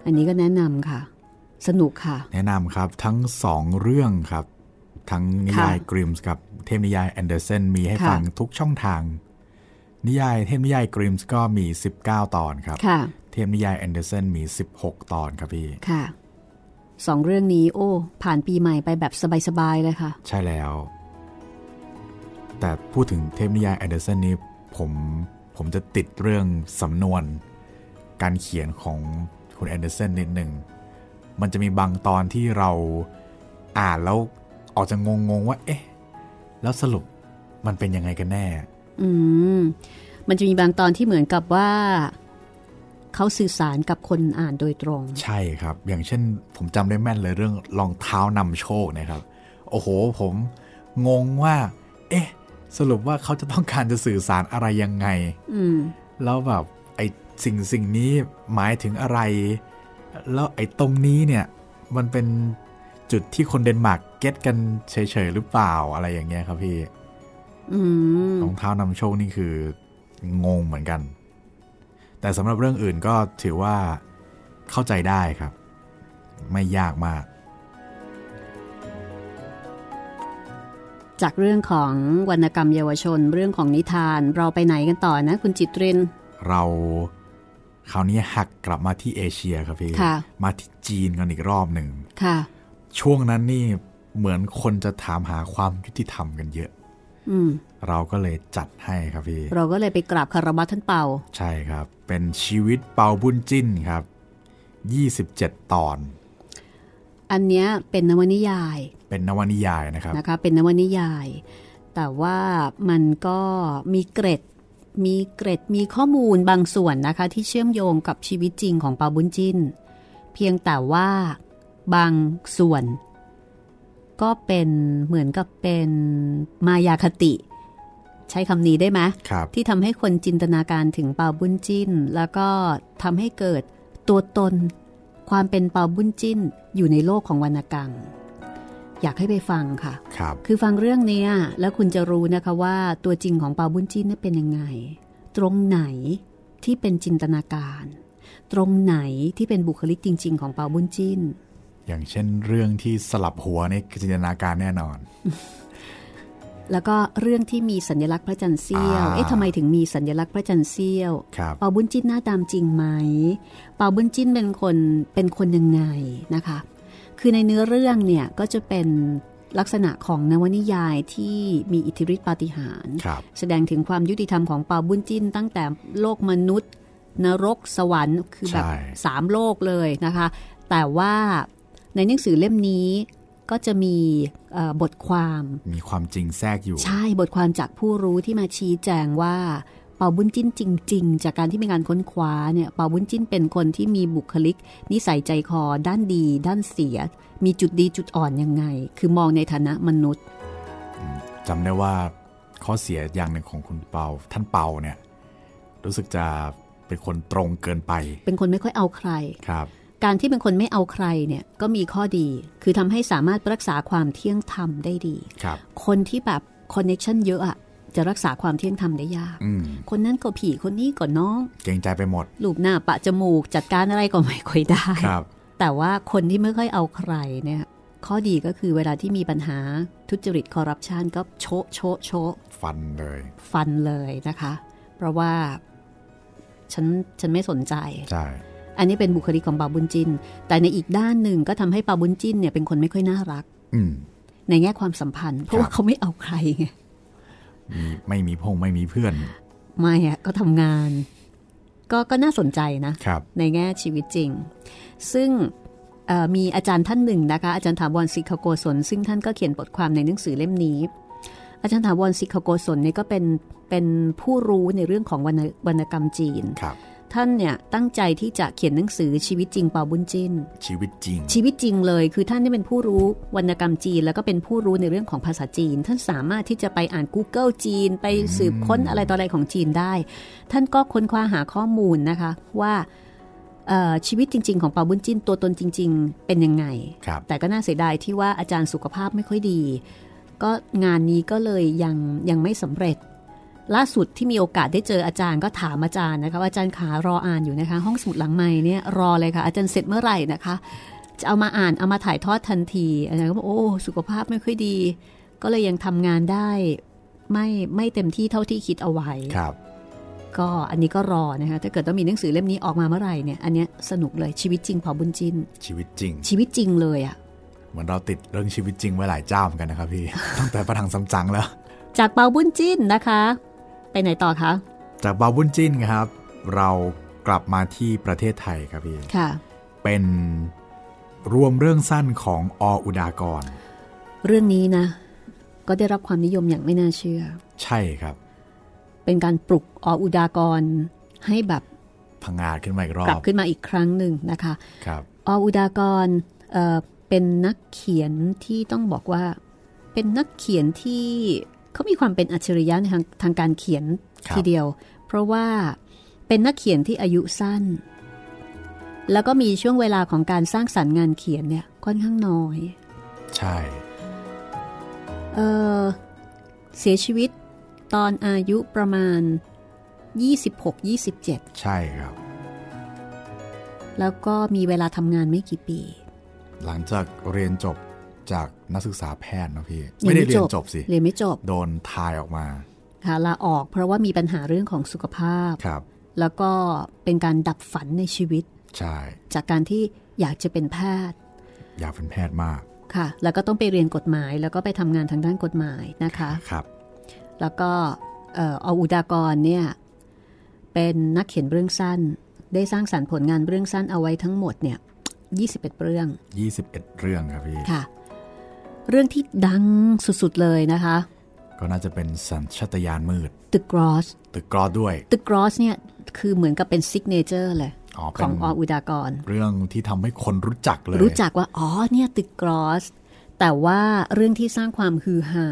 B: อันนี้ก็แนะนำค่ะ สนุกค่ะ
C: แนะนำครับทั้งสองเรื่องครับ ทั้งนิยายกริมส์กับเทพนิยายแอนเดอร์เซนมีให้
B: ค่ะ
C: ฟังทุกช่องทาง นิยายเทพนิยายกริมส์ก็มี 19 ตอนครับ
B: ค่ะ
C: เทพนิยายแอนเดอร์เซนมี 16 ตอนครับพี่
B: ค่ะสองเรื่องนี้โอ้ ผ่านปีใหม่ไปแบบสบาย ๆ เลยค่ะ
C: ใช่แล้ว แต่พูดถึงเทพนิยายแอนเดอร์เซนนี้ผมผมจะติดเรื่องสำนวน การเขียนของคุณแอนเดอร์เซนนิดหนึ่ง มันจะมีบางตอนที่เราอ่านแล้วออกจะงงงๆว่า เอ๊ะ แล้วสรุปมันเป็นยังไงกันแน่
B: อืม มันจะมีบางตอนที่เหมือนกับว่า เขาสื่อสารกับคนอ่านโดยตรง
C: ใช่ครับ อย่างเช่น ผมจำได้แม่นเลยเรื่องรองเท้านำโชคนะครับ โอ้โห ผมงงว่า เอ๊ะ สรุปว่าเขาจะต้องการจะสื่อสารอะไรยังไง
B: อืม
C: แล้วแบบไอ้สิ่งสิ่งนี้หมายถึงอะไร แล้วไอ้ตรงนี้เนี่ย มันเป็นจุดที่คนเดนมาร์กเก็ตกันเฉยๆหรือเปล่าอะไรอย่างเงี้ยครับพี่
B: อืม
C: รองเท้านำโชคนี่คืองงเหมือนกัน แต่สำหรับเรื่องอื่นก็ถือว่าเข้าใจได้ครับ ไม่ยากมาก
B: จากเรื่องของวรรณกรรมเยาวชน เรื่องของนิทาน เราไปไหนกันต่อนะ คุณจิตริน
C: เราคราวนี้หักกลับมาที่เอเชียครับพี่
B: ค่ะ
C: มาที่จีนกันอีกรอบหนึ่ง
B: ค่ะ
C: ช่วงนั้นนี่เหมือนคนจะถามหาความยุติธรรมกันเยอะ
B: อืม
C: เราก็เลยจัดให้ครับพี่
B: เราก็เลยไปกราบคารวะท่านเป่า
C: ใช่ครับ เป็นชีวิตเปาบุญจิ้นครับ 27 ตอน
B: อันเนี้ยเป็นนวนิยาย
C: เป็นนวนิยายนะครับ
B: นะคะเป็นนวนิยาย แต่ว่ามันก็มีเกร็ดมีเกร็ดมีข้อมูลบางส่วนนะคะ ที่เชื่อมโยงกับชีวิตจริงของปาบุญจิน เพียงแต่ว่าบางส่วน ก็เป็นเหมือนกับเป็นมายาคติ ใช้คำนี้ได้ไหม
C: ครับ
B: ที่ทำให้คนจินตนาการถึงปาบุญจิน แล้วก็ทำให้เกิดตัวตน ความเป็นปาบุญจินอยู่ในโลกของวรรณกรรม อยากให้ไปฟังค่ะ
C: ครับ
B: คือฟังเรื่องเนี้ยแล้วคุณจะรู้นะคะว่าตัวจริงของปาบุญจิ้นเนี่ยเป็นยังไง ตรงไหนที่เป็นจินตนาการ ตรงไหนที่เป็นบุคลิกจริง ๆ ของปาบุญจิ้น
C: อย่างเช่นเรื่องที่สลับหัวนี่คือจินตนาการแน่นอน
B: แล้วก็เรื่องที่มีสัญลักษณ์พระจันทร์เสี้ยว
C: อ่า
B: เอ๊ะทำไมถึงมีสัญลักษณ์พระจันทร์เสี้ยว
C: ครับ
B: เปาบุญจิ้นหน้าตามจริงไหม เปาบุญจิ้นเป็นคนเป็นคนยังไงนะคะ คือในเนื้อเรื่องเนี่ยก็จะเป็นลักษณะของนวนิยายที่มีอิทธิฤทธิปาฏิหาริย์
C: ครับ
B: แสดงถึงความยุติธรรมของเปาบุญจิ้นตั้งแต่โลกมนุษย์ นรกสวรรค์คือแบบ
C: ใช่
B: สามโลกเลยนะคะ แต่ว่าในหนังสือเล่มนี้ก็จะมีเอ่อบทความ
C: มีความจริงแทรกอยู่
B: ใช่บทความจากผู้รู้ที่มาชี้แจงว่า เปาบุญจิ้นจริง ๆ จากการที่มีการค้นคว้าเนี่ยเปาบุญจิ้นเป็นคนที่มีบุคลิก นิสัยใจคอ ด้านดี ด้านเสีย มีจุดดีจุดอ่อนยังไง คือมองในฐานะมนุษย์
C: จำได้ว่าข้อเสียอย่างหนึ่งของคุณเปาท่านเปาเนี่ย รู้สึกจะเป็นคนตรงเกินไป
B: เป็นคนไม่ค่อยเอาใคร
C: ครับ
B: การที่เป็นคนไม่เอาใครเนี่ยก็มีข้อดี คือทำให้สามารถรักษาความเที่ยงธรรมได้ดี
C: ครับ
B: คนที่แบบคอนเน็ชันเยอะอะจะรักษาความเที่ยงธรรมได้ยาก
C: อืม
B: คนนั้นก็ผีคนนี้ก็น้อง
C: เกรงใจไปหมด
B: ลูบหน้าปะจมูกจัดการอะไรก็ไม่ค่อยได้
C: ครับ
B: แต่ว่าคนที่ไม่ค่อยเอาใครเนี่ยข้อดีก็คือเวลาที่มีปัญหาทุจริตคอร์รัปชันก็โชะโชะโชะ
C: ฟันเลย
B: ฟันเลยนะคะ เพราะว่าฉันฉันไม่สนใจ
C: ใช่
B: อันนี้เป็นบุคลิกของปาบุญจิน แต่ในอีกด้านหนึ่งก็ทำให้ปาบุญจินเนี่ยเป็นคนไม่ค่อยน่ารัก
C: อืม
B: ในแง่ความสัมพันธ์ เพราะ
C: ครับ
B: ว่าเขาไม่เอาใครไง
C: มีไม่มีพงไม่มีเพื่อน
B: ไม่อะก็ทำงาน ก็ก็น่าสนใจนะ
C: ครับ
B: ในแง่ชีวิตจริง ซึ่งเอ่อมีอาจารย์ท่านหนึ่งนะคะ อาจารย์ถาวรสิกขโกศล ซึ่งท่านก็เขียนบทความในหนังสือเล่มนี้ อาจารย์ถาวรสิกขโกศลเนี่ยก็เป็นเป็นผู้รู้ในเรื่องของวรรณวรรณกรรมจีน
C: ครับ
B: ท่านเนี่ยตั้งใจที่จะเขียนหนังสือชีวิตจริงเปาบุญจิน
C: ชีวิตจริง
B: ชีวิตจริงเลยคือท่านได้เป็นผู้รู้วรรณกรรมจีน แล้วก็เป็นผู้รู้ในเรื่องของภาษาจีน ท่านสามารถที่จะไปอ่าน Google จีน ไปสืบค้นอะไรต่ออะไรของจีนได้ ท่านก็ค้นคว้าหาข้อมูลนะคะว่าเอ่อชีวิตจริง ๆ ของเปาบุญจินตัวตนจริง ๆ เป็นยังไง
C: ครับ
B: แต่ก็น่าเสียดายที่ว่าอาจารย์สุขภาพไม่ค่อยดี ก็งานนี้ก็เลยยังยังไม่สำเร็จ ล่าสุดที่มีโอกาสได้เจออาจารย์ก็ถามอาจารย์นะคะว่าอาจารย์ขารออ่านอยู่นะคะ ห้องสมุดหลังใหม่เนี่ยรอเลยค่ะ อาจารย์เสร็จเมื่อไหร่นะคะ จะเอามาอ่านเอามาถ่ายทอดทันที อาจารย์ก็บอกโอ้สุขภาพไม่ค่อยดี ก็เลยยังทำงานได้ไม่ไม่เต็มที่เท่าที่คิดเอาไว้
C: ครับ
B: ก็อันนี้ก็รอนะคะถ้าเกิดต้องมีหนังสือเล่มนี้ออกมาเมื่อไหร่เนี่ยอันเนี้ยสนุกเลยชีวิตจริงเผาบุญจิน
C: ชีวิตจริง
B: ชีวิตจริงเลยอะ
C: เหมือนเราติดเรื่องชีวิตจริงไว้หลายเจ้าเหมือนกันนะครับพี่ ตั้งแต่ประทังซัมจังแล้ว
B: จากเปาบุญจิ้นนะคะ ไปไหนต่อคะ
C: จากบาบุญจินครับ เรากลับมาที่ประเทศไทยครับพี่
B: ค่ะ
C: เป็นรวมเรื่องสั้นของออุดากร
B: เรื่องนี้นะ ก็ได้รับความนิยมอย่างไม่น่าเชื่อ
C: ใช่ครับ
B: เป็นการปลุกออุดากร ให้แบบ
C: พังงาดขึ้นมาอีกรอก
B: ลับบ ขึ้นมาอีกครั้งหนึ่งนะคะ
C: ครับ
B: ออุดากรเอ่อเป็นนักเขียนที่ต้องบอกว่า เป็นนักเขียนที่เขามีความเป็นอัจฉริยะในทางทางการเขียน
C: ครับ
B: ทีเดียว เพราะว่าเป็นนักเขียนที่อายุสั้น แล้วก็มีช่วงเวลาของการสร้างสรรค์งานเขียนเนี่ยค่อนข้างน้อย
C: ใช่
B: เออเสียชีวิตตอนอายุประมาณ 26-27
C: ใช่ครับ
B: แล้วก็มีเวลาทำงานไม่กี่ปี
C: หลังจากเรียนจบจากนักศึกษาแพทย์นะพี่
B: ยัง
C: ไม่ได้เรียนจบสิ
B: เรียนไม่จบ
C: โดนทายออกมา
B: ค่ะลาออกเพราะว่ามีปัญหาเรื่องของสุขภาพ
C: ครับ
B: แล้วก็เป็นการดับฝันในชีวิต
C: ใช่
B: จากการที่อยากจะเป็นแพทย์
C: อยากเป็นแพทย์มาก
B: ค่ะ แล้วก็ต้องไปเรียนกฎหมาย แล้วก็ไปทำงานทางด้านกฎหมายนะคะ
C: ครับ
B: แล้วก็เอ่อออุดากรเนี่ยเป็นนักเขียนเรื่องสั้น ได้สร้างสารรค์ผลงานเรื่องสั้นเอาไว้ทั้งหมดเนี่ย21 เรื่อง
C: 21 เรื่องครับพี่
B: ค่ะ เรื่องที่ดังสุดๆเลยนะคะ
C: ก็น่าจะเป็นสัญชาตญาณมืด
B: ตึกกรอส
C: ตึกกรอดด้วย
B: ตึกกรอสเนี่ยคือเหมือนกับเป็นซิกเนเจอร์เลย
C: อ๋อ
B: ข
C: เป็
B: อง
C: น
B: ออุดากร
C: เรื่องที่ทำให้คนรู้จักเลย
B: รู้จักว่า อ๋อเนี่ยตึกกรอส แต่ว่าเรื่องที่สร้างความฮือฮา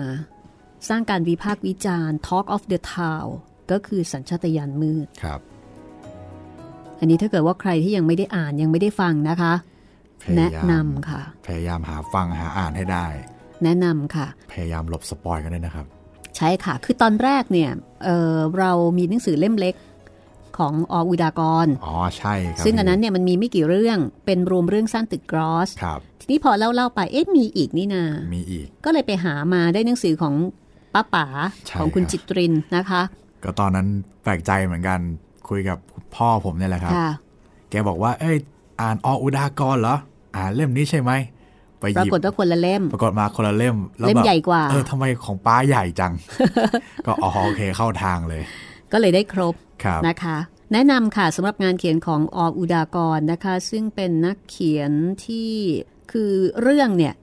B: สร้างการวิพากษ์วิจารณ์ Talk of the Town ก็คือสัญชาตญาณมืด
C: ครับ
B: อันนี้ถ้าเกิดว่าใครที่ยังไม่ได้อ่านยังไม่ได้ฟังนะคะ
C: พยายาม
B: แนะนำค่ะ
C: พยายามหาฟังหาอ่านให้ได้
B: แนะนำค่ะ
C: พยายามหลบสปอยกันด้วยนะครับ
B: ใช่ค่ะ คือตอนแรกเนี่ยเอ่อเรามีหนังสือเล่มเล็กของออุดากร
C: อ๋อ ใช่ครับ
B: ซึ่งอันนั้นเนี่ยมันมีไม่กี่เรื่องเป็นรวมเรื่องสั้นตึกกรอส
C: ครับ
B: ทีนี้พอเล่าเล่าๆไปเอ๊ะมีอีกนี่นา
C: มีอีก
B: ก็เลยไปหามาได้หนังสือของ ป้าป๋า
C: ใช่
B: ของคุณ
C: ครับ
B: จิตรินนะคะ
C: ก็ตอนนั้นแปลกใจเหมือนกันคุยกับพ่อผมเนี่ยแหละครับ
B: ค่ะ
C: แกบอกว่า เอ้ย อ่านออุดากรเหรอ อ่านเล่มนี้ใช่ไหม ไปห
B: ปรา
C: ยิบ
B: กฏว่าคนละเล่ม
C: ปรากฏมาคนละเล่มแล้ว
B: เล่ม
C: แบบ
B: ใหญ่กว่า
C: เออทำไมของป้าใหญ่ จัง ก็อ๋อโอเคเข้าทางเลย
B: ก็เลยได้ครบ
C: ครับ
B: นะคะ แนะนำค่ะสำหรับงานเขียนของออุดากรนะคะ ซึ่งเป็นนักเขียนที่คือเรื่องเนี่ย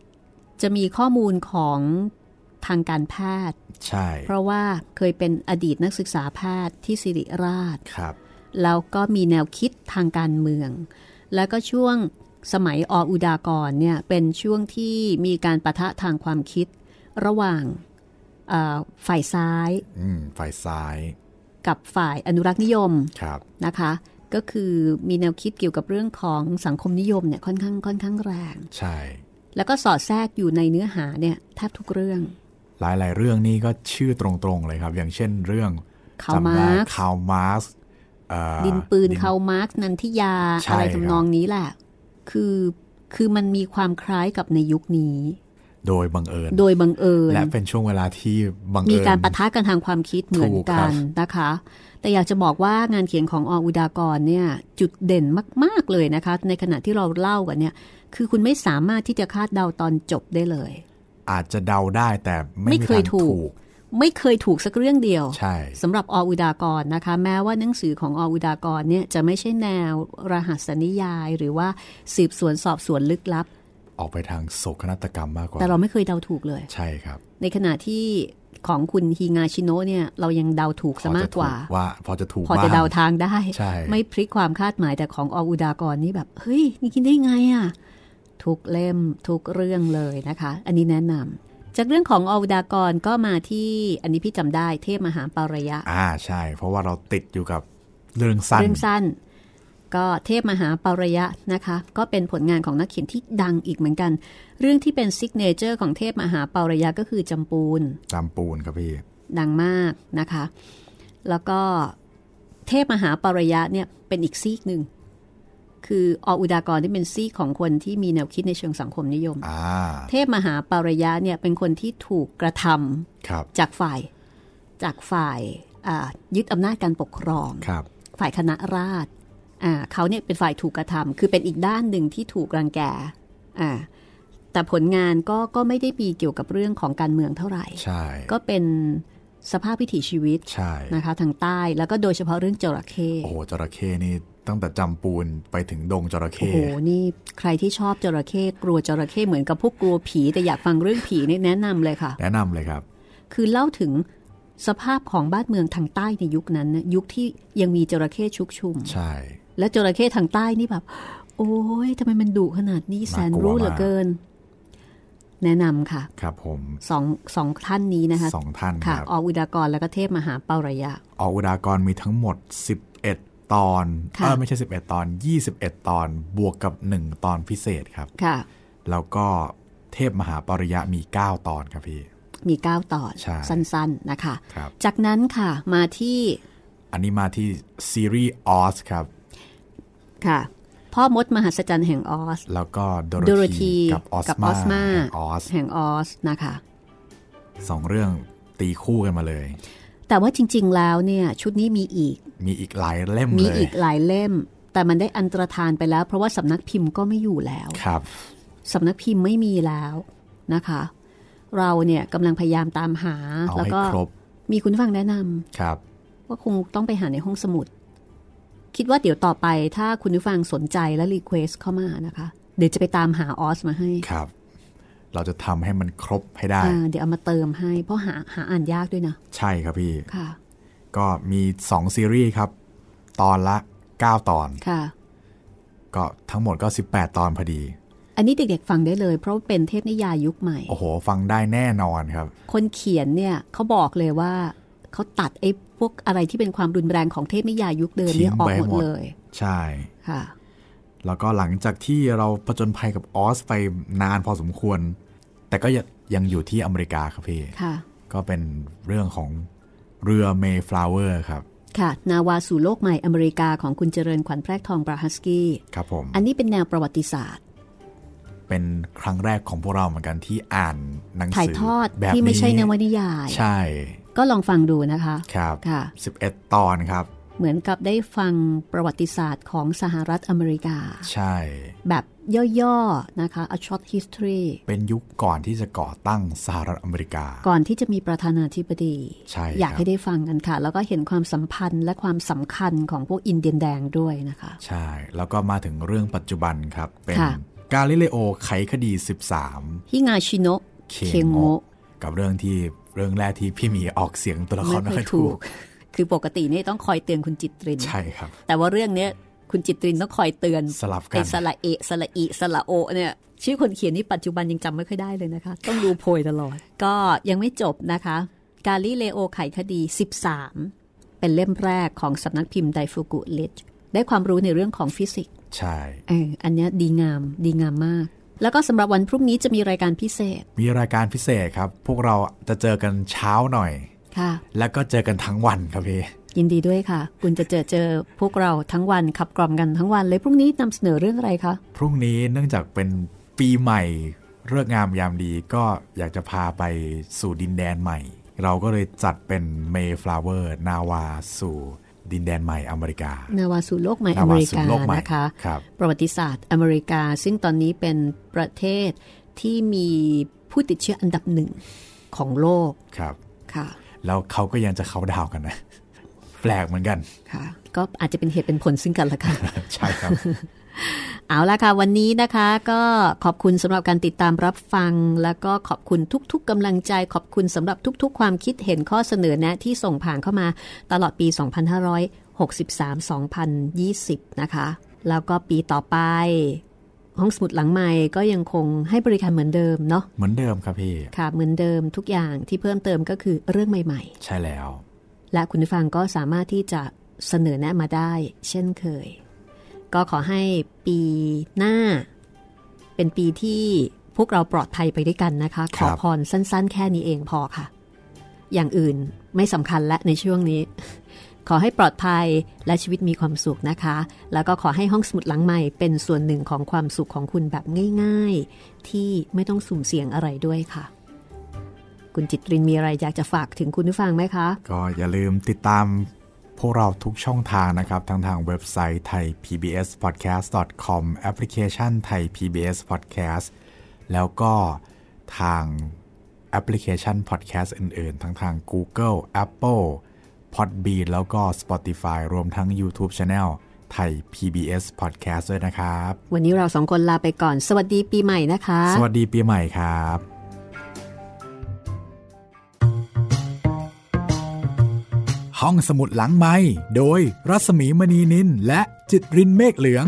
B: จะมีข้อมูลของทางการแพทย์
C: ใช่
B: เพราะว่าเคยเป็นอดีตนักศึกษาแพทย์ที่ศิริราช
C: ครับ
B: แล้วก็มีแนวคิดทางการเมือง แล้วก็ช่วงสมัยออุดากรเนี่ยเป็นช่วงที่มีการประทะทางความคิดระหว่างเอ่อฝ่ายซ้าย
C: อืมฝ่ายซ้าย
B: กับฝ่ายอนุรักษ์นิยม
C: ครับ
B: นะคะ ก็คือมีแนวคิดเกี่ยวกับเรื่องของสังคมนิยมเนี่ยค่อนข้างค่อนข้างแรง
C: ใช่
B: แล้วก็สอดแทรกอยู่ในเนื้อหาเนี่ยแทบทุกเรื่อง
C: หลาย ๆ เรื่องนี่ก็ชื่อตรง ๆ เลยครับ อย่างเช่นเรื่อง
B: ข่าว
C: จำ
B: มา
C: ได้
B: ร์ก
C: ข่าวมาร์สเอ่อ
B: ดินปืนเขามาร์กนันทิยา
C: ใช่
B: อะไร
C: ครับ
B: ทำนองนี้แหละคือคือมันมีความคล้ายกับในยุคนี้
C: โดยบังเอิญ
B: โดยบังเอิญ
C: และเป็นช่วงเวลาที่บังเอิญ
B: มีการปะทะกันทางความคิดเหมือน
C: ถูกค
B: กั
C: รั
B: น
C: บ
B: นะคะ แต่อยากจะบอกว่างานเขียนของออุดากรเนี่ยจุดเด่นมาก ๆ เลยนะคะ ในขณะที่เราเล่ากันเนี่ยคือคุณไม่สามารถที่จะคาดเดาตอนจบได้เลย
C: อาจจะเดาได้แต่ไม่
B: ไม่
C: มี
B: เคย
C: ทาง
B: ถูก ไม่เคยถูกสักเรื่องเดียว
C: ใช่
B: สำหรับออุดากรนะคะ แม้ว่าหนังสือของออุดากรเนี่ยจะไม่ใช่แนวรหัสนิยาย หรือว่าสืบสวนสอบสวนลึกลับ
C: ออกไปทางโศกนาฏกรรมมากกว่า
B: แต่เราไม่เคยเดาถูกเลย
C: ใช่ครับ
B: ในขณะที่ของคุณฮิงาชิโนะเนี่ยเรายังเดาถูกซะมากกว่า
C: พอจะถูว่า พอจะถูก
B: พอจะเดา
C: บ้ง
B: ทางได้
C: ใช่
B: ไม่พลิกความคาดหมายแต่ของออุดากรนี่แบบ เฮ้ย นี่กินได้ไงอะ่ะทุกเล่มทุกเรื่องเลยนะคะ อันนี้แนะนำจากเรื่องของออุดากรก็มาที่อันนี้พี่จำได้เทพมหาปาระยะ
C: อ่าใช่ เพราะว่าเราติดอยู่กับเรื่องสั้น
B: เรื่องสั้น ก็เทพมหาปาระยะนะคะ ก็เป็นผลงานของนักเขียนที่ดังอีกเหมือนกัน เรื่องที่เป็นซิกเนเจอร์ของเทพมหาปาระยะก็คือจำปูน
C: จำปูนครับพี่
B: ดังมากนะคะ แล้วก็เทพมหาปรยะเนี่ยเป็นอีกซีกหนึ่ง คือออุดากรที่เป็นซีกของคนที่มีแนวคิดในเชิงสังคมนิยม
C: อ่า
B: เทพมหาปรยะเนี่ยเป็นคนที่ถูกกระทำ
C: ครับ
B: จากฝ่ายจากฝ่ายอ่ายึดอำนาจการปกครอง
C: ครับ
B: ฝ่ายคณะราษฎรอ่าเขาเนี่ยเป็นฝ่ายถูกกระทำคือเป็นอีกด้านหนึ่งที่ถูกรังแกอ่าแต่ผลงานก็ก็ไม่ได้มีเกี่ยวกับเรื่องของการเมืองเท่าไหร่
C: ใช่
B: ก็เป็นสภาพวิถีชีวิต
C: ใช่
B: นะคะทางใต้แล้วก็โดยเฉพาะเรื่องจระเข้
C: โอ้โหจระเข้นี่ตั้งแต่จำปูนไปถึงดงจระ
B: โอ้
C: เข้
B: โหนี่ใครที่ชอบจระเข้กลัวจระเข้เหมือนกับพวกกลัวผี แต่อยากฟังเรื่องผีนี่แนะนำเลยค่ะ
C: แนะนำเลยครับ
B: คือเล่าถึงสภาพของบ้านเมืองทางใต้ในยุคนั้นนะยุคที่ยังมีจระเข้ชุกชุม
C: ใช่
B: และจระเข้ทางใต้นี่แบบ โอ้ยทำไมมันดุขนาดนี้แสนรู้เหลือเกิน แนะนำค่ะ
C: ครับผม
B: สองสองท่านนี้นะคะ
C: สองท่านค
B: ค่ะ
C: รับ
B: ออุดากรแล้วก็เทพมหาเปาระยะ
C: ออกอุดากรมีทั้งหมด 11 ตอน
B: ค่ะ
C: เออไม่ใช่ 11 ตอน 21 ตอน บวกกับ 1 ตอนพิเศษครับ
B: ค่ะ
C: แล้วก็เทพมหาปริยะมี 9 ตอนครับพี่
B: มี 9 ตอน
C: ใช่
B: สั้นๆนะคะ
C: ครับ
B: จากนั้นค่ะมาที่
C: อันนี้มาที่ซีรีส์ออสครับ
B: ค่ะ พ่อมดมหัศจรรย์แห่งออส
C: แล้วก็
B: โด
C: โด
B: โร
C: โร
B: ธี
C: ธีกับออส
B: กับอ
C: มา
B: อสมา
C: แห่งออส
B: แห่งออสนะคะ
C: สองเรื่องตีคู่กันมาเลย
B: แต่ว่าจริงๆแล้วเนี่ยชุดนี้มีอีก
C: มีอีกหลายเล่ม
B: มี
C: เลย
B: อีกหลายเล่ม แต่มันได้อันตรธานไปแล้ว เพราะว่าสำนักพิมพ์ก็ไม่อยู่แล้ว
C: ครับ
B: สำนักพิมพ์ไม่มีแล้วนะคะ เราเนี่ยกำลังพยายามตามหา
C: เอา
B: แล้ว
C: ให้
B: ก็
C: ครบ
B: มีคุณผู้ฟังแนะนำ
C: ครับ
B: ว่าคงต้องไปหาในห้องสมุด คิดว่าเดี๋ยวต่อไปถ้าคุณผู้ฟังสนใจและรีเควสเข้ามานะคะ เดี๋ยวจะไปตามหาออสมาให้
C: ครับ เราจะทำให้มันครบให้ได้
B: อ่าเดี๋ยวเอามาเติมให้ เพราะหาหาอ่านยากด้วยนะ
C: ใช่ครับพี่
B: ค่ะ
C: ก็มี 2 ซีรีส์ครับ ตอนละ 9 ตอน
B: ค่ะ
C: ก็ทั้งหมดก็ 18 ตอนพอดี
B: อันนี้เด็กๆฟังได้เลย เพราะว่าเป็นเทพนิยายยุคใหม่
C: โอ้โห ฟังได้แน่นอนครับ
B: คนเขียนเนี่ยเขาบอกเลยว่าเขาตัดไอ้พวกอะไรที่เป็นความรุนแรงของเทพนิยายยุคเดิมเนี่ย
C: ทิ้ง
B: ออก
C: ไป
B: หมด
C: หมด
B: เลย
C: ใช่
B: ค่ะ
C: แล้วก็หลังจากที่เราผจญภัยกับออสไปนานพอสมควร แต่ก็ยังยังอยู่ที่อเมริกาครับพี่
B: ค่ะ
C: ก็เป็นเรื่องของเรือเมฟลาเวอร์ครับ
B: ค่ะ นาวาสู่โลกใหม่อเมริกาของคุณเจริญขวัญแพรกทองบราฮัสกี้
C: ครับผม
B: อันนี้เป็นแนวประวัติศาสตร์
C: เป็นครั้งแรกของพวกเราเหมือนกันที่อ่านหนัง
B: ถ่าย
C: สือ
B: ทอด
C: แบบ
B: ที่ไม่ใช่น
C: นี้
B: วนิยาย
C: ใช่
B: ก็ลองฟังดูนะคะ
C: ครับ
B: ค่ะ
C: 11 ตอนครับ
B: เหมือนกับได้ฟังประวัติศาสตร์ของสหรัฐอเมริกา
C: ใช่
B: แบบย่อๆนะคะ a short history
C: เป็นยุคก่อนที่จะก่อตั้งสหรัฐอเมริกา
B: ก่อนที่จะมีประธานาธิบดี
C: ใช่
B: อยาก
C: ครับ
B: ให้ได้ฟังกันค่ะ แล้วก็เห็นความสัมพันธ์และความสำคัญของพวกอินเดียนแดงด้วยนะคะ
C: ใช่ แล้วก็มาถึงเรื่องปัจจุบันครับ เป็น
B: ค่ะ
C: กาลิเลโอไขคดี
B: ฮิงาชิโนะ
C: 13 เคโงะกับเรื่องที่เรื่องแรกที่พี่หมีออกเสียงตัวละครไม่
B: ไม่
C: ค่
B: ค่
C: อ
B: อย ย
C: ถู
B: ถู
C: ก
B: ก คือปกตินี่ต้องคอยเตือนคุณจิตริน
C: ใช่ครับ
B: แต่ว่าเรื่องเนี้ยคุณจิตรินต้องคอยเตือน
C: สลับกัน
B: ไอ้สละเอะสละอิสละโอเนี่ยชื่อคนเขียนนี่ปัจจุบันยังจำไม่ค่อยได้เลยนะคะ ต้องดูโพยตลอด ก็ยังไม่จบนะคะ กาลิเลโอไขคดี 13 เป็นเล่มแรกของสำนักพิมพ์ไดฟูกุลิชได้ความรู้ในเรื่องของฟิสิกส์
C: ใช่
B: เอออันเนี้ยดีงามดีงามมาก แล้วก็สำหรับวันพรุ่งนี้จะมีรายการพิเศษ
C: มีรายการพิเศษครับ พวกเราจะเจอกันเช้าหน่อย
B: ค่ะ
C: แล้วก็เจอกันทั้งวันครับพี่
B: ยินดีด้วยค่ะ คุณจะเจอเจอพวกเราทั้งวันขับกล่อมกันทั้งวันเลยพรุ่งนี้นำเสนอเรื่องอะไรคะ
C: พรุ่งนี้เนื่องจากเป็นปีใหม่เรื่องงามยามดีก็อยากจะพาไปสู่ดินแดนใหม่ เราก็เลยจัดเป็น Mayflower นาวาสู่ดินแดนใหม่อเมริกา
B: นาวาสู่โลกใหม่
C: นา
B: อเม
C: วา
B: ริ
C: สู่
B: กา
C: โลกใหม่
B: นะคะ
C: ครับ
B: ประวัติศาสตร์อเมริกา ซึ่งตอนนี้เป็นประเทศที่มีผู้ติดเชื้ออันดับหนึ่งของโลก
C: ครับ
B: ค่ะ
C: แล้วเขาก็ยังจะเขาดาวกันนะ แปลกเหมือนกัน
B: ค่ะ ก็อาจจะเป็นเหตุเป็นผลซึ่งกันและกัน
C: ใช่ ครับ
B: เอาละค่ะ วันนี้นะคะก็ขอบคุณสำหรับการติดตามรับฟัง แล้วก็ขอบคุณทุกๆกำลังใจ ขอบคุณสำหรับทุกๆ ความคิดเห็นข้อเสนอแนะที่ส่งผ่านเข้ามาตลอดปี 2563-2020 นะคะ แล้วก็ปีต่อไป ห้องสมุดหลังใหม่ก็ยังคงให้บริการเหมือนเดิมเนาะ
C: เหมือนเดิมครับพี่
B: ค่ะ เหมือนเดิมทุกอย่างที่เพิ่มเติมก็คือเรื่องใหม่ ๆ
C: ใช่แล้ว
B: และคุณผู้ฟังก็สามารถที่จะเสนอแนะมาได้ เช่นเคย ก็ขอให้ปีหน้า เป็นปีที่พวกเราปลอดภัยไปด้วยกันนะคะ ข
C: ครั
B: อบ พรสั้นๆ แค่นี้เองพอค่ะ อย่างอื่นไม่สำคัญและในช่วงนี้ ขอให้ปลอดภัยและชีวิตมีความสุขนะคะ แล้วก็ขอให้ห้องสมุดหลังใหม่เป็นส่วนหนึ่งของความสุขของคุณแบบง่าย ๆ ที่ไม่ต้องสุ่มเสี่ยงอะไรด้วยค่ะ คุณจิตรินมีอะไรอยากจะฝากถึงคุณผู้ฟังไหมคะ
C: ก็อย่าลืมติดตามพวกเราทุกช่องทางนะครับ ทั้งทางเว็บไซต์ไทย PBS Podcast com แอปพลิเคชันไทย PBS Podcast แล้วก็ทางแอปพลิเคชัน Podcast อื่นๆ ทั้งทาง Google Apple Podbean แล้วก็ Spotify รวมทั้ง YouTube Channel ไทย PBS Podcast ด้วยนะครับ
B: วันนี้เราสองคนลาไปก่อน สวัสดีปีใหม่นะคะ
C: สวัสดีปีใหม่ครับ
A: ห้องสมุดหลังไม้โดยรัสมีมณีนินและจิตรินเมฆเหลือง